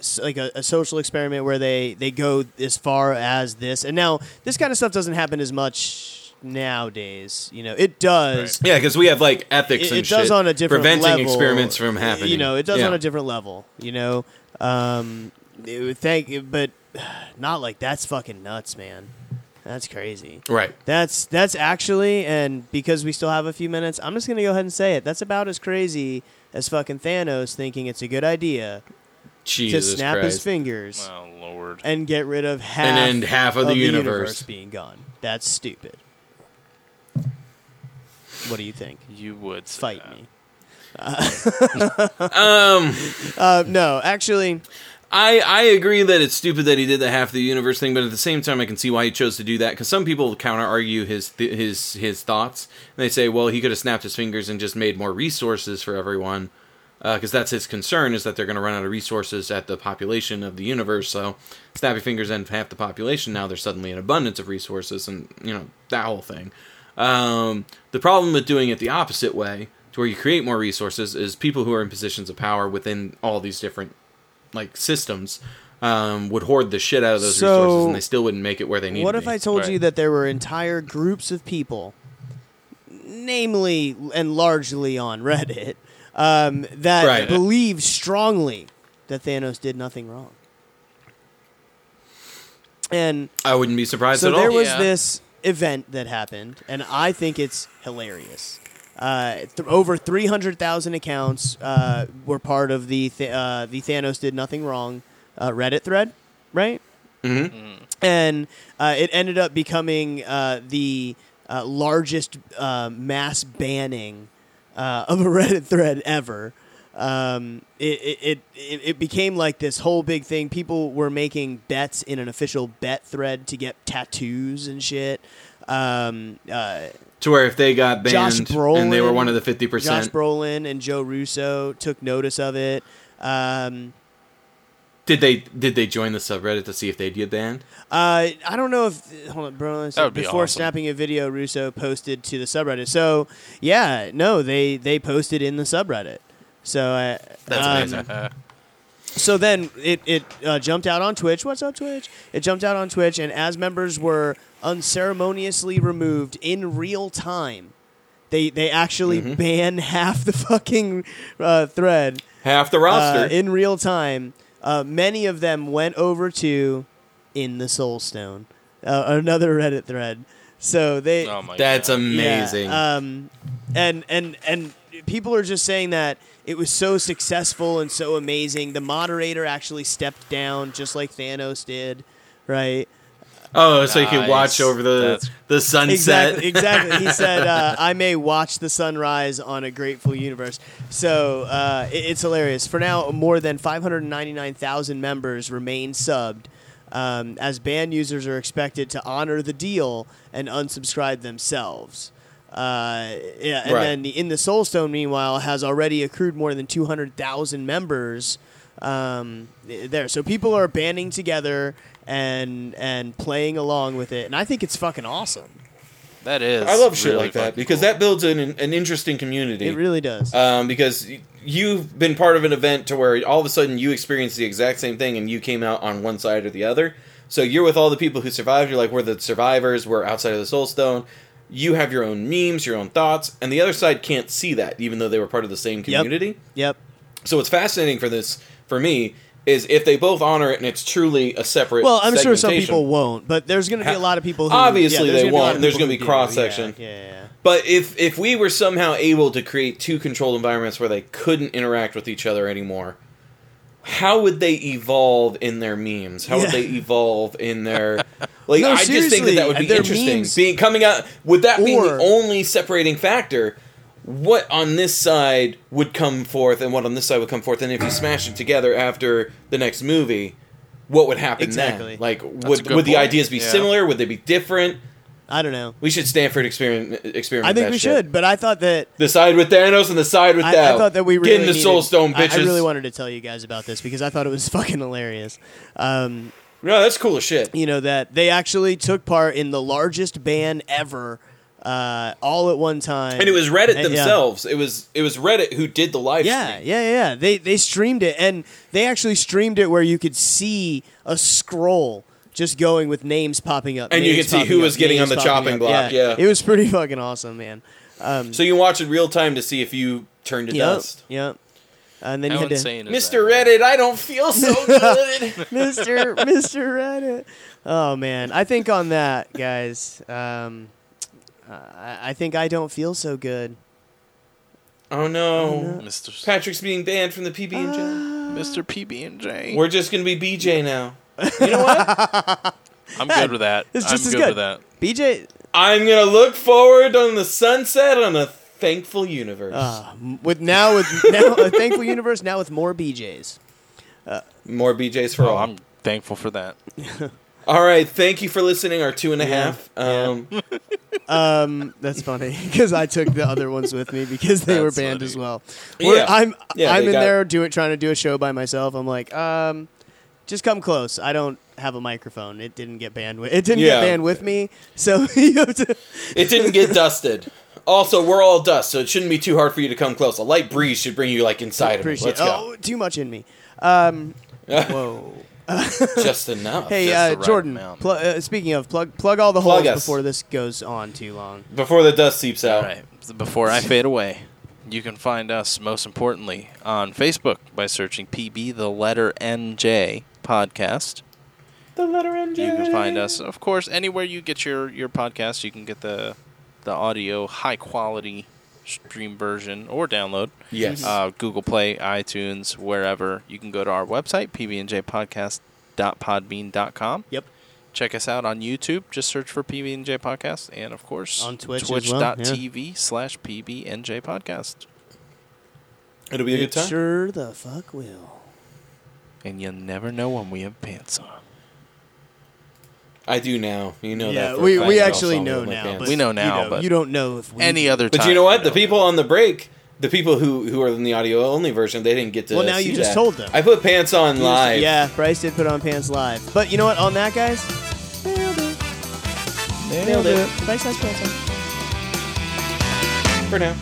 C: s- like a, a social experiment where they they go as far as this, and now this kind of stuff doesn't happen as much nowadays. You know, it does.
D: Yeah, because we have like ethics
C: It,
D: and
C: it does
D: shit,
C: on a different
D: preventing
C: level.
D: experiments from happening.
C: You know, it does
D: Yeah.
C: on a different level. You know, um, it would thank, but not like that's fucking nuts, man. That's crazy.
D: right.
C: That's that's actually, and because we still have a few minutes, I'm just gonna go ahead and say it. That's about as crazy as fucking Thanos thinking it's a good idea
D: Jesus
C: to snap
D: Christ.
C: his fingers
E: Oh lord.
C: and get rid of half
D: end half of the universe.
C: being gone. That's stupid. What do you think?
E: You would say
C: Fight
E: that.
C: me.
D: Um,
C: Uh, no, actually,
D: I I agree that it's stupid that he did the half of the universe thing, but at the same time, I can see why he chose to do that because some people counter argue his th- his his thoughts and they say, well, he could have snapped his fingers and just made more resources for everyone because Uh, that's his concern is that they're going to run out of resources at the population of the universe. So snap your fingers and half the population now they're suddenly in abundance of resources and you know that whole thing. Um, the problem with doing it the opposite way, to where you create more resources, is people who are in positions of power within all these different like systems um, would hoard the shit out of those
C: So,
D: resources, and they still wouldn't make it where they need.
C: what
D: to
C: if
D: be.
C: I told you
E: Right.
C: that there were entire groups of people, namely and largely on Reddit, um, that
D: Right.
C: believe strongly that Thanos did nothing wrong? And
D: I wouldn't be surprised
C: so
D: at
C: there
D: all.
C: was
E: Yeah.
C: this event that happened, and I think it's hilarious. Uh, th- over 300,000 accounts uh, were part of the th- uh, the Thanos did nothing wrong uh, Reddit thread, right?
D: Mm-hmm.
C: and uh, it ended up becoming uh, the uh, largest uh, mass banning uh, of a Reddit thread ever. Um, it, it, it- it, it became like this whole big thing. People were making bets in an official bet thread to get tattoos and shit. Um, uh,
D: to where if they got banned
C: Josh Brolin,
D: and they were one of the fifty
C: Josh
D: percent,
C: Brolin and Joe Russo took notice of it. Um,
D: did they did they join the subreddit to see if they'd get banned?
C: Uh, I don't know if hold on, bro.
E: That would be
C: before
E: awesome.
C: snapping a video, Russo posted to the subreddit. So yeah, no, they they posted in the subreddit. So uh,
E: Oh,
D: That's
C: um,
D: amazing.
C: so then it it uh, jumped out on Twitch. What's up, Twitch? It jumped out on Twitch, and as members were unceremoniously removed in real time, they they actually ban half the fucking uh, thread
D: Half the
C: uh,
D: roster.
C: in real time. Uh, many of them went over to in the Soul Stone, uh, another Reddit thread. So they
E: Oh my
D: That's
E: god.
C: yeah,
D: amazing.
C: um, and and and people are just saying that it was so successful and so amazing. The moderator actually stepped down, just like Thanos did, right?
D: oh, so you could watch
E: Nice.
D: over the
E: That's-
D: the sunset.
C: Exactly. Exactly. He said, uh, "I may watch the sunrise on a grateful universe." So uh, it- it's hilarious. For now, more than 599,000 members remain subbed, um, as banned users are expected to honor the deal and unsubscribe themselves. Uh, yeah, and
D: Right.
C: then the, in the Soulstone, meanwhile, has already accrued more than 200,000 members um, there. So people are banding together and and playing along with it, and I think it's fucking awesome.
E: That is.
D: I love shit
E: really
D: like that
E: fucking
D: because
E: cool.
D: that builds an an interesting community.
C: It really does.
D: um, because y- you've been part of an event to where all of a sudden you experienced the exact same thing and you came out on one side or the other. So you're with all the people who survived. You're like, we're the survivors. We're outside of the Soul Stone. You have your own memes, your own thoughts, and the other side can't see that, even though they were part of the same community.
C: yep.
D: So what's fascinating for this for me is if they both honor it and it's truly a separate.
C: Well, I'm sure some
D: segmentation.
C: people won't, but there's going to be a lot of people who
D: Obviously
C: yeah, there's
D: they
C: gonna be a lot
D: won't.
C: of
D: There's
C: people
D: gonna
C: who
D: be
C: do.
D: cross-section.
C: Yeah, yeah, yeah.
D: But if if we were somehow able to create two controlled environments where they couldn't interact with each other anymore, how would they evolve in their memes? How would
C: Yeah.
D: they evolve in their Like
C: No,
D: I just think that
C: seriously,
D: that would be
C: they're
D: interesting.
C: memes.
D: Being coming out with that being the
C: Or-
D: only separating factor, what on this side would come forth and what on this side would come forth, and if you smash it together after the next movie, what would happen
C: Exactly.
D: then? Like
E: a
D: would would
E: good
D: the
E: point.
D: ideas be
E: Yeah.
D: similar? Would they be different?
C: I don't know.
D: We should Stanford experiment. experiment
C: I think
D: that
C: we
D: shit.
C: should, but I thought that
D: The side with Thanos and the side with
C: I,
D: that.
C: I thought that we really
D: get in the
C: needed-
D: Soul Stone,
C: I-
D: bitches.
C: I, really wanted to tell you guys about this because I thought it was fucking hilarious. Um,
D: No, that's cool as shit.
C: you know that they actually took part in the largest ban ever, uh, all at one time,
D: And it was Reddit
C: And- yeah.
D: themselves. It was it was Reddit who did the live
C: Yeah,
D: stream.
C: yeah, yeah. They they streamed it, and they actually streamed it where you could see a scroll just going with names popping up,
D: And you
C: names
D: could see
C: popping
D: who
C: up,
D: was getting
C: names
D: on the
C: popping
D: chopping
C: up.
D: block, yeah.
C: it was pretty fucking awesome, man.
D: So you watch it real time to see if you turn to
C: Yep,
D: dust.
C: yep. And then
E: How
C: you had to,
E: insane is
D: Mr.
E: that?
D: Reddit, I don't feel so good.
C: Mr. Mr. Reddit. Oh man, I think on that, guys. Um, uh, I I think I don't feel so good.
D: oh no.
E: Mr.
D: Patrick's being banned from the PB and
E: Mr. PB and
D: J.
C: Uh,
E: J.
D: We're just gonna be BJ now.
E: I'm good with that.
C: It's just
E: I'm
C: as
E: good,
C: good.
E: with that.
C: BJ,
D: I'm gonna look forward on the sunset on a thankful universe.
C: uh, with now with now a thankful universe now with more BJ's.
D: More BJs for
E: Oh,
D: all.
E: I'm thankful for that.
D: All right, thank you for listening. Our two and a
C: Yeah,
D: half.
C: yeah.
D: Um,
C: Um, that's funny because I took the other ones with me because they were
E: That's
C: banned
E: funny.
C: as well. We're-
D: Yeah.
C: I'm
D: Yeah,
C: I'm
D: they
C: in
D: got-
C: there doing trying to do a show by myself. I'm like, um, just come close. I don't have a microphone. It didn't get banned. With, it didn't
D: Yeah.
C: get banned with me. So you have to.
D: It didn't get dusted. Also, we're all dust, so it shouldn't be too hard for you to come close. A light breeze should bring you like inside of me.
C: Appreciate.
D: Let's go.
C: Oh, too much in me. Um, whoa.
D: Just enough.
C: Hey,
E: Just
C: uh,
E: Oh, the right
C: Jordan.
E: amount.
C: Pl- uh, speaking of plug, plug all the
D: Plug
C: holes
D: us.
C: before this goes on too long.
D: Before the dust seeps out.
E: All right. Before I fade away, you can find us most importantly on Facebook by searching PB the letter NJ podcast.
D: The letter NJ.
E: You can find us, of course, anywhere you get your your podcast. You can get the the audio high quality stream version or download.
C: Mm-hmm.
D: Yes.
E: Uh, Google Play, iTunes, wherever. You can go to our website pbnjpodcast.podbean.com.
C: Yep.
E: Check us out on YouTube. Just search for PB&J Podcast, and of course
C: On Twitch as well, yeah.
E: Twitch.tv slash PB&J Podcast.
D: It'll be a good
C: It
D: time.
C: sure the fuck will.
E: And you'll never know when we have pants on.
D: I do now. You know
C: Yeah,
D: that. for a
C: we,
D: fact.
C: we
D: I
C: actually
D: also
C: know
D: my
C: now.
D: pants.
C: But
E: We know
C: you
E: now, but-
C: you don't know if we
E: Any other time.
D: But you know what? The
E: we
D: people on the break, the people who who are in the audio only version, they didn't get to.
C: Well, now
D: see
C: you just
D: that.
C: told them.
D: I put pants on live.
C: Yeah, Bryce did put on pants live. But you know what? On that, guys, nailed it.
E: don't know.
C: Nailed it. Bryce has pants on.
D: For now.